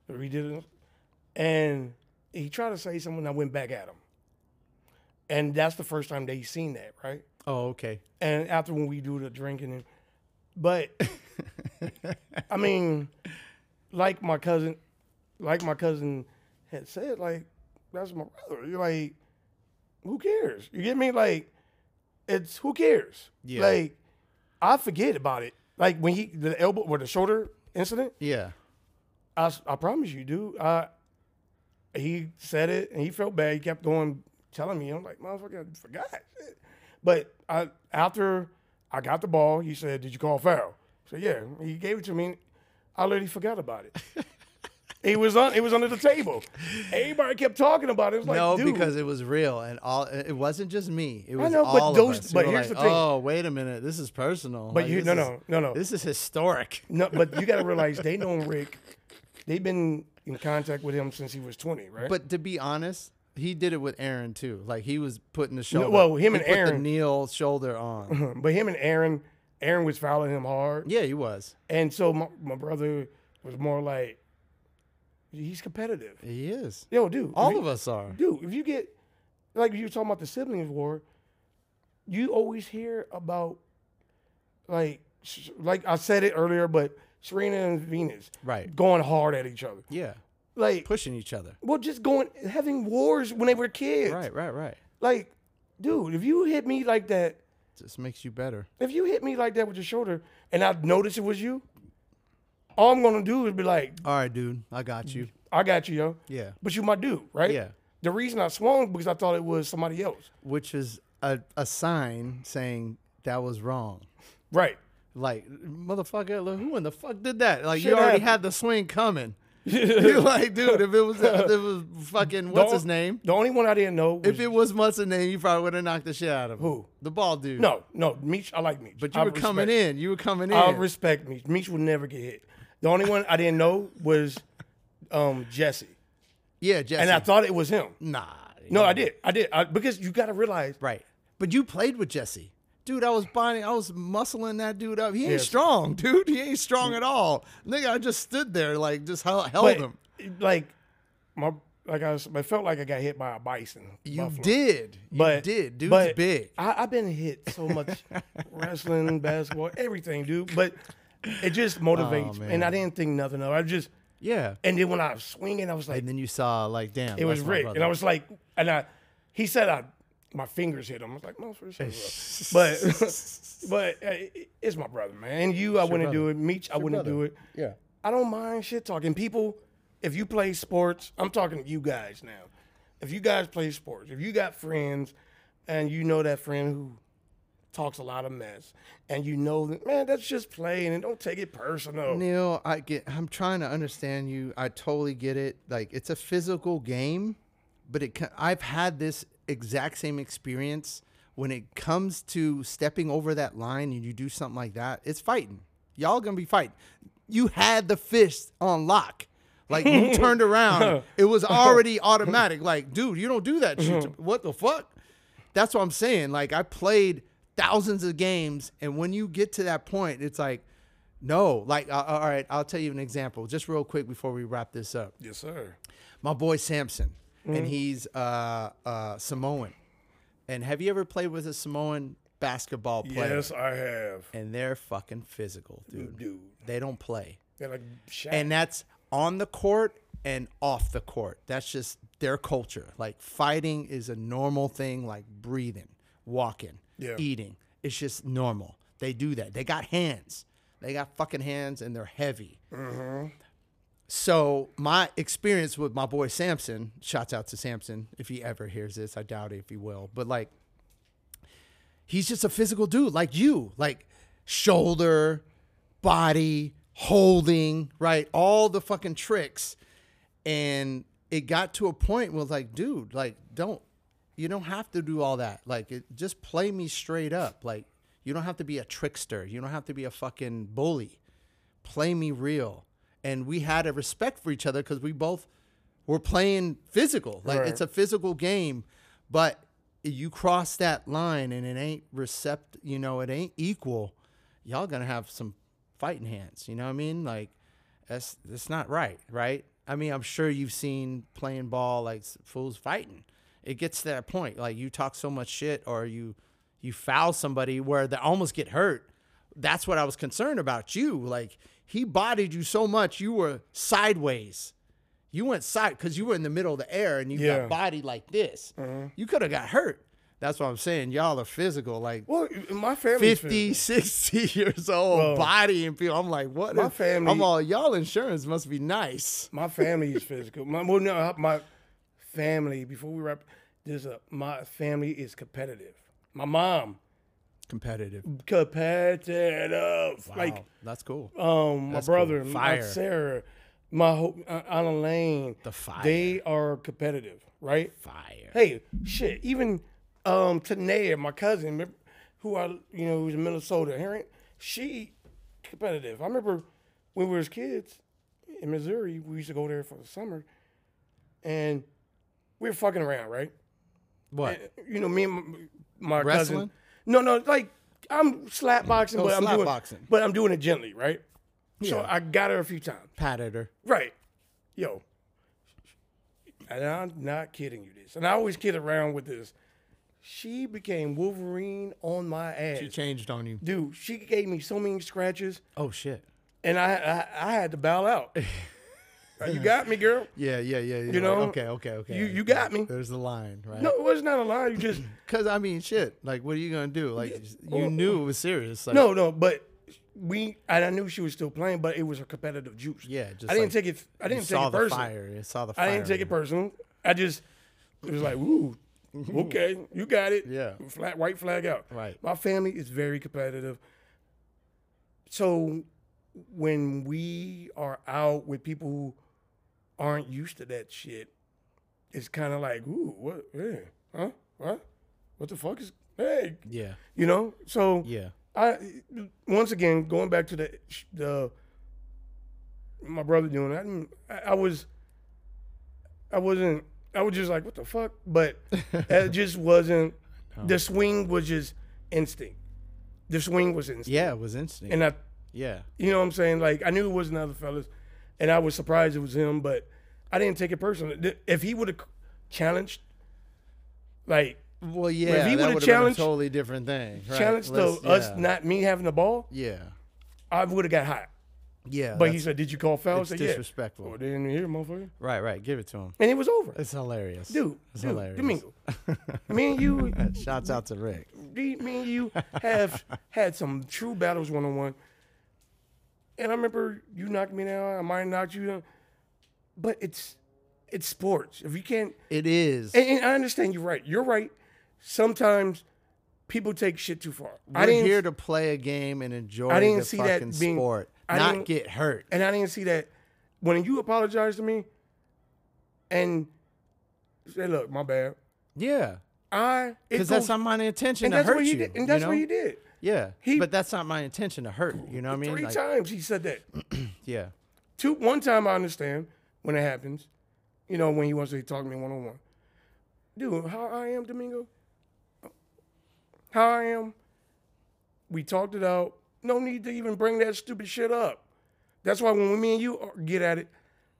Speaker 6: But he did it, and he tried to say something. I went back at him, and that's the first time they seen that, right?
Speaker 5: oh, okay.
Speaker 6: and after when we do the drinking and but I mean like my cousin like my cousin had said like that's my brother you're like who cares you get me like it's who cares
Speaker 5: Yeah.
Speaker 6: like I forget about it like when he the elbow or the shoulder incident
Speaker 5: Yeah.
Speaker 6: I, s- I promise you dude I he said it and he felt bad he kept going telling me I'm like motherfucker I forgot Shit. But I, after I got the ball, he said, "Did you call foul?" I said, "Yeah." He gave it to me. and I literally forgot about it. it was on. It was under the table. Everybody kept talking about it. It was like,
Speaker 5: no,
Speaker 6: dude,
Speaker 5: because it was real and all. It wasn't just me. It was
Speaker 6: know, but
Speaker 5: all
Speaker 6: those-
Speaker 5: of us.
Speaker 6: but
Speaker 5: We were
Speaker 6: here's
Speaker 5: like,
Speaker 6: the thing.
Speaker 5: Oh, wait a minute. This is personal.
Speaker 6: But
Speaker 5: Like,
Speaker 6: you-
Speaker 5: this
Speaker 6: no,
Speaker 5: is-
Speaker 6: no, no, no.
Speaker 5: This is historic.
Speaker 6: no, but you got to realize they know Rick. They've been in contact with him since he was twenty, right?
Speaker 5: But to be honest, he did it with Aaron too. Like he was putting the shoulder.
Speaker 6: well, him
Speaker 5: he
Speaker 6: and
Speaker 5: put the
Speaker 6: Aaron-
Speaker 5: Neil shoulder on.
Speaker 6: but him and Aaron, Aaron was fouling him hard.
Speaker 5: yeah, he was.
Speaker 6: And so my, my brother was more like, he's competitive.
Speaker 5: He is.
Speaker 6: Yo, dude, if
Speaker 5: All
Speaker 6: you-
Speaker 5: of us are.
Speaker 6: dude, if you get like you were talking about the siblings war, you always hear about like s- like I said it earlier, but Serena and Venus,
Speaker 5: Right.
Speaker 6: going hard at each other,
Speaker 5: Yeah,
Speaker 6: like
Speaker 5: pushing each other.
Speaker 6: well, just going having wars when they were kids,
Speaker 5: Right, right, right.
Speaker 6: Like, dude, if you hit me like that,
Speaker 5: Just makes you better.
Speaker 6: if you hit me like that with your shoulder, and I notice it was you, all I'm gonna do is be like,
Speaker 5: All right, dude, I got you.
Speaker 6: I got you, yo.
Speaker 5: Yeah.
Speaker 6: But you my dude, right?
Speaker 5: Yeah.
Speaker 6: The reason I swung because I thought it was somebody else.
Speaker 5: Which is a, a sign saying that was wrong.
Speaker 6: Right.
Speaker 5: Like motherfucker, look, who in the fuck did that? Like you
Speaker 6: Shit
Speaker 5: already
Speaker 6: happened.
Speaker 5: had the swing coming. You're like, dude, if it was if it was fucking what's
Speaker 6: The
Speaker 5: his
Speaker 6: on-
Speaker 5: name?
Speaker 6: The only one I didn't know. Was,
Speaker 5: If it was what's his name, you probably would have knocked the shit out of him.
Speaker 6: Who?
Speaker 5: The ball dude.
Speaker 6: no, no, Meech, I like Meech.
Speaker 5: But you
Speaker 6: I
Speaker 5: were coming
Speaker 6: respect-
Speaker 5: in. You were coming in.
Speaker 6: I respect Meech. Meech would never get hit. The only one I didn't know was um, Jesse,
Speaker 5: yeah, Jesse.
Speaker 6: and I thought it was him.
Speaker 5: nah.
Speaker 6: No, I did, I did, I, because you got to realize.
Speaker 5: Right. But you played with Jesse. Dude, I was binding, I was muscling that dude up. He ain't
Speaker 6: Yes.
Speaker 5: strong, dude. He ain't strong at all. Nigga, I just stood there, like, just held, held
Speaker 6: But,
Speaker 5: him.
Speaker 6: like my, like I, was, I felt like I got hit by a bison.
Speaker 5: You
Speaker 6: buffalo.
Speaker 5: did. You
Speaker 6: But
Speaker 5: did. Dude's
Speaker 6: but
Speaker 5: big.
Speaker 6: I, I've been hit so much, wrestling, basketball, everything, dude. But it
Speaker 5: Oh,
Speaker 6: just motivates, me. and I didn't think nothing of. it. I just,
Speaker 5: yeah.
Speaker 6: and then when I was swinging, I was like,
Speaker 5: And then you saw, like, damn.
Speaker 6: it was
Speaker 5: that's my
Speaker 6: Rick,
Speaker 5: brother.
Speaker 6: and I was like, and I, he said I, my fingers hit him. I was like, motherfucker, shut up. but but uh, it- it's my brother, man. And you, I wouldn't do it. Meech, I wouldn't do
Speaker 7: brother.
Speaker 6: it.
Speaker 7: Yeah.
Speaker 6: I don't mind shit talking. People, if you play sports, I'm talking to you guys now. If you guys play sports, if you got friends, and you know that friend who talks a lot of mess, and you know that man, that's just playing, and don't take it personal.
Speaker 5: Neil, I get. I'm trying to understand you. I totally get it. Like it's a physical game, but it. co- I've had this exact same experience when it comes to stepping over that line and you do something like that. It's fighting. Y'all gonna be fighting. You had the fist on lock. Like you turned around, it was already automatic. Like, dude, you don't do that shit. to- What the fuck? That's what I'm saying. Like I played thousands of games, and when you get to that point, it's like, no. Like, uh, all right, I'll tell you an example, just real quick before we wrap this up.
Speaker 6: Yes, sir.
Speaker 5: My boy Samson, and he's uh, uh, Samoan. And have you ever played with a Samoan basketball player?
Speaker 6: Yes, I have,
Speaker 5: And they're fucking physical, dude.
Speaker 6: dude.
Speaker 5: They don't play,
Speaker 6: They're like, Shaq.
Speaker 5: and that's on the court and off the court. That's just their culture. Like fighting is a normal thing, like breathing, walking,
Speaker 6: Yeah.
Speaker 5: eating. It's just normal. They do that. They got hands. They got fucking hands and they're heavy. So my experience with my boy Samson, shouts out to Samson if he ever hears this. I doubt it if he will, but like he's just a physical dude like you, like shoulder, body, holding, right? All the fucking tricks. And it got to a point where like, dude, like don't you don't have to do all that. Like it, just play me straight up. Like you don't have to be a trickster. You don't have to be a fucking bully play me real. And we had a respect for each other because we both were playing physical. Like it's a physical game, but you cross that line and it ain't recept you know, it ain't equal, y'all gonna have some fighting hands. You know what I mean? Like that's that's not right, right? I mean, I'm sure you've seen playing ball like s- fools fighting. It gets to that point. Like you talk so much shit or you you foul somebody where they almost get hurt that's what I was concerned about you. Like he bodied you so much, you were sideways. You went side because you were in the middle of the air and you
Speaker 6: Yeah.
Speaker 5: got bodied like this.
Speaker 6: Mm-hmm.
Speaker 5: You could have got hurt. That's what I'm saying. Y'all are physical, like
Speaker 6: well, my family
Speaker 5: 50, 60 years old,
Speaker 6: Well,
Speaker 5: bodying people. I'm like, what?
Speaker 6: my
Speaker 5: is-
Speaker 6: family-
Speaker 5: I'm all y'all insurance must be nice.
Speaker 6: My family is physical. My well, no, my family. Before we wrap, there's a my family is competitive. My mom
Speaker 5: Competitive.
Speaker 6: competitive. Like
Speaker 5: Wow, that's cool.
Speaker 6: um, my
Speaker 5: That's cool.
Speaker 6: brother, my
Speaker 5: Fire.
Speaker 6: Sarah, my whole uh, Anna Lane.
Speaker 5: The fire.
Speaker 6: They are competitive, right?
Speaker 5: Fire.
Speaker 6: Hey, shit. Even um, Tanea, my cousin, remember- who I you know who's in Minnesota, Heron, she competitive. I remember when we was kids in Missouri, we used to go there for the summer, and we were fucking around, right?
Speaker 5: What?
Speaker 6: You know, me and my, my cousin.
Speaker 5: Wrestling?
Speaker 6: No, no, like I'm slap boxing,
Speaker 5: Oh,
Speaker 6: but I'm
Speaker 5: slap
Speaker 6: doing
Speaker 5: boxing.
Speaker 6: but I'm doing it gently, right? So
Speaker 5: Yeah.
Speaker 6: I got her a few times.
Speaker 5: Patted her.
Speaker 6: Right. Yo. And I'm not kidding you this. And I always kid around with this. She became Wolverine on my ass.
Speaker 5: She changed on you.
Speaker 6: Dude, she gave me so many scratches
Speaker 5: Oh shit.
Speaker 6: and I I, I had to bow out. Uh, you got me, girl.
Speaker 5: Yeah, yeah, yeah. yeah.
Speaker 6: You know,
Speaker 5: Okay, okay, okay.
Speaker 6: you- you got me.
Speaker 5: There's the line, right?
Speaker 6: No, it was not a lie. You just
Speaker 5: Cause I mean, shit. Like, what are you gonna do? Like, you knew it was serious. Like,
Speaker 6: No, no, but we and I knew she was still playing, but it was her competitive juice.
Speaker 5: Yeah, just
Speaker 6: I didn't
Speaker 5: like
Speaker 6: take it I
Speaker 5: you
Speaker 6: didn't take
Speaker 5: saw
Speaker 6: it
Speaker 5: the
Speaker 6: personal.
Speaker 5: fire. You saw the fire.
Speaker 6: I didn't take it personal. I just it was like, ooh, okay, you got it.
Speaker 5: Yeah.
Speaker 6: Flat white flag out.
Speaker 5: Right.
Speaker 6: My family is very competitive. So when we are out with people who aren't used to that shit, it's kind of like, ooh, what? Yeah, huh? What? What the fuck is? Hey,
Speaker 5: Yeah,
Speaker 6: you know. So
Speaker 5: yeah.
Speaker 6: I once again going back to the the my brother doing that. I, didn't- I- I was I wasn't I was just like what the fuck, but it just wasn't. The swing was just instinct. The swing was instinct,
Speaker 5: Yeah, it was instinct.
Speaker 6: and I
Speaker 5: yeah,
Speaker 6: you know what I'm saying. Like I knew it wasn't other fellas, and I was surprised it was him, but I didn't take it personally. Th- If he would have challenged, like
Speaker 5: well, yeah.
Speaker 6: he
Speaker 5: that
Speaker 6: would've
Speaker 5: would've
Speaker 6: challenged-
Speaker 5: been a totally different thing. Right?
Speaker 6: challenged
Speaker 5: Let's-
Speaker 6: the, us
Speaker 5: yeah.
Speaker 6: not me having the ball,
Speaker 5: Yeah,
Speaker 6: I would have got hot.
Speaker 5: Yeah,
Speaker 6: But he
Speaker 5: that's-
Speaker 6: said, "Did you call foul?" I
Speaker 5: it's
Speaker 6: said,
Speaker 5: disrespectful.
Speaker 6: Yeah. Oh, they didn't hear, motherfucker.
Speaker 5: right, right. Give it to him.
Speaker 6: And it was over,
Speaker 5: It's hilarious,
Speaker 6: dude.
Speaker 5: It's
Speaker 6: dude,
Speaker 5: hilarious.
Speaker 6: Domingo, me and you,
Speaker 5: Shouts out to Rick.
Speaker 6: me me and you have had some true battles one on one. And I remember you knocked me down. I might have knocked you down, but it's it's sports. If you can't,
Speaker 5: It is.
Speaker 6: and, and I understand you're right. You're right. Sometimes people take shit too far.
Speaker 5: We're
Speaker 6: I didn't
Speaker 5: here to play a game and enjoy
Speaker 6: I didn't
Speaker 5: the
Speaker 6: see that
Speaker 5: fucking
Speaker 6: being-
Speaker 5: sport,
Speaker 6: I
Speaker 5: not
Speaker 6: didn't-
Speaker 5: get hurt.
Speaker 6: and I didn't see that when you apologized to me and said, "Look, my bad."
Speaker 5: Yeah,
Speaker 6: I it
Speaker 5: because that's
Speaker 6: goes-
Speaker 5: not my intention
Speaker 6: and
Speaker 5: to
Speaker 6: that's
Speaker 5: hurt
Speaker 6: what he
Speaker 5: you.
Speaker 6: did,
Speaker 5: you
Speaker 6: and that's
Speaker 5: know?
Speaker 6: what he did.
Speaker 5: Yeah,
Speaker 6: He-
Speaker 5: but that's not my intention to hurt. You know what I mean?
Speaker 6: Three
Speaker 5: Like,
Speaker 6: times he said that.
Speaker 5: Yeah,
Speaker 6: Two one time I understand when it happens, you know, when he wants to talk to me one on one. Dude, how I am, Domingo. How I am. We talked it out. No need to even bring that stupid shit up. That's why when me and you are- get at it,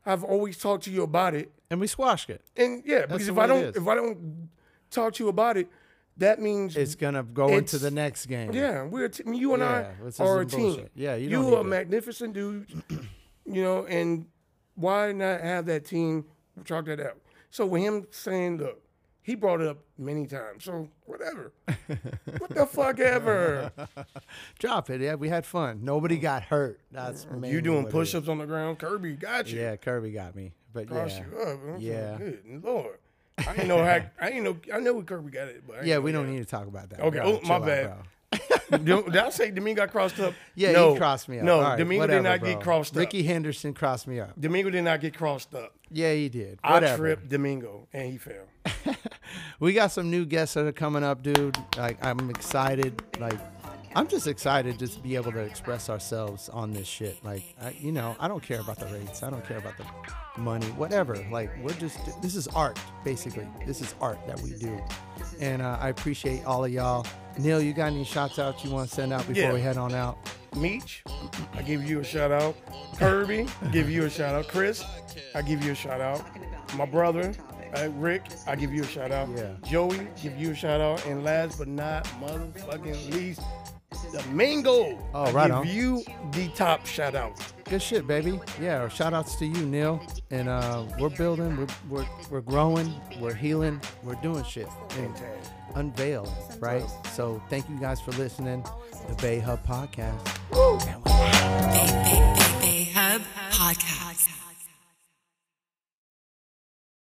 Speaker 6: I've always talked to you about it.
Speaker 5: and we squashed it.
Speaker 6: And yeah, because
Speaker 5: the
Speaker 6: if
Speaker 5: way
Speaker 6: I
Speaker 5: it
Speaker 6: don't
Speaker 5: is.
Speaker 6: if I don't talk to you about it, that means
Speaker 5: It's gonna go into
Speaker 6: It's-
Speaker 5: the next game.
Speaker 6: yeah, we're a t- you and
Speaker 5: Yeah, this
Speaker 6: I are a
Speaker 5: isn't
Speaker 6: team.
Speaker 5: bullshit. Yeah, you
Speaker 6: you,
Speaker 5: don't
Speaker 6: are
Speaker 5: need to-
Speaker 6: magnificent dudes, you know, and why not have that team chalk that out? So with him saying, look, he brought it up many times, so whatever. what the fuck ever?
Speaker 5: drop it. Yeah, we had fun. Nobody got hurt. That's mainly
Speaker 6: Mm. You doing
Speaker 5: what it is.
Speaker 6: push-ups on the ground, Kirby? Got you.
Speaker 5: Yeah, Kirby got me, but
Speaker 6: Cross
Speaker 5: yeah,
Speaker 6: you up. I'm
Speaker 5: Yeah.
Speaker 6: yeah. Good lord. I ain't know how. I ain't know. I know we Kirby got it, but I ain't
Speaker 5: yeah,
Speaker 6: know
Speaker 5: we don't
Speaker 6: that.
Speaker 5: need to talk about that.
Speaker 6: Okay,
Speaker 5: Bro,
Speaker 6: oh,
Speaker 5: chill
Speaker 6: my
Speaker 5: out,
Speaker 6: bad.
Speaker 5: bro.
Speaker 6: Do- Did I say Domingo got crossed up?
Speaker 5: Yeah,
Speaker 6: no,
Speaker 5: he crossed me up.
Speaker 6: No,
Speaker 5: All right,
Speaker 6: Domingo
Speaker 5: whatever,
Speaker 6: did not
Speaker 5: bro.
Speaker 6: get crossed up.
Speaker 5: Ricky Henderson crossed me up.
Speaker 6: Domingo did not get crossed up.
Speaker 5: Yeah, he did.
Speaker 6: I
Speaker 5: Whatever.
Speaker 6: tripped Domingo and he fell.
Speaker 5: We got some new guests that are coming up, dude. Like I'm excited. Like I'm just excited just to be able to express ourselves on this shit. Like I, you know, I don't care about the rates. I don't care about the money, whatever. Like we're just this is art basically. This is art that we do. And uh, I appreciate all of y'all. Neil, you got any shots out you want to send out before
Speaker 6: Yeah.
Speaker 5: we head on out?
Speaker 6: Meech, I give you a shout out. Kirby, give you a shout out. Chris, I give you a shout out. My brother, uh, Rick, I give you a shout out.
Speaker 5: Yeah.
Speaker 6: Joey, give you a shout out. And last but not motherfucking least, Domingo.
Speaker 5: Oh,
Speaker 6: I
Speaker 5: right
Speaker 6: give
Speaker 5: on.
Speaker 6: you the top shout out.
Speaker 5: Good shit, baby. Yeah, or shout outs to you, Neil. And uh, we're building, we're, we're, we're growing, we're healing, we're doing shit. And unveiling, right? So thank you guys for listening. The Bay Hub Podcast.
Speaker 3: Bay, Bay, Bay, Bay Hub Podcast.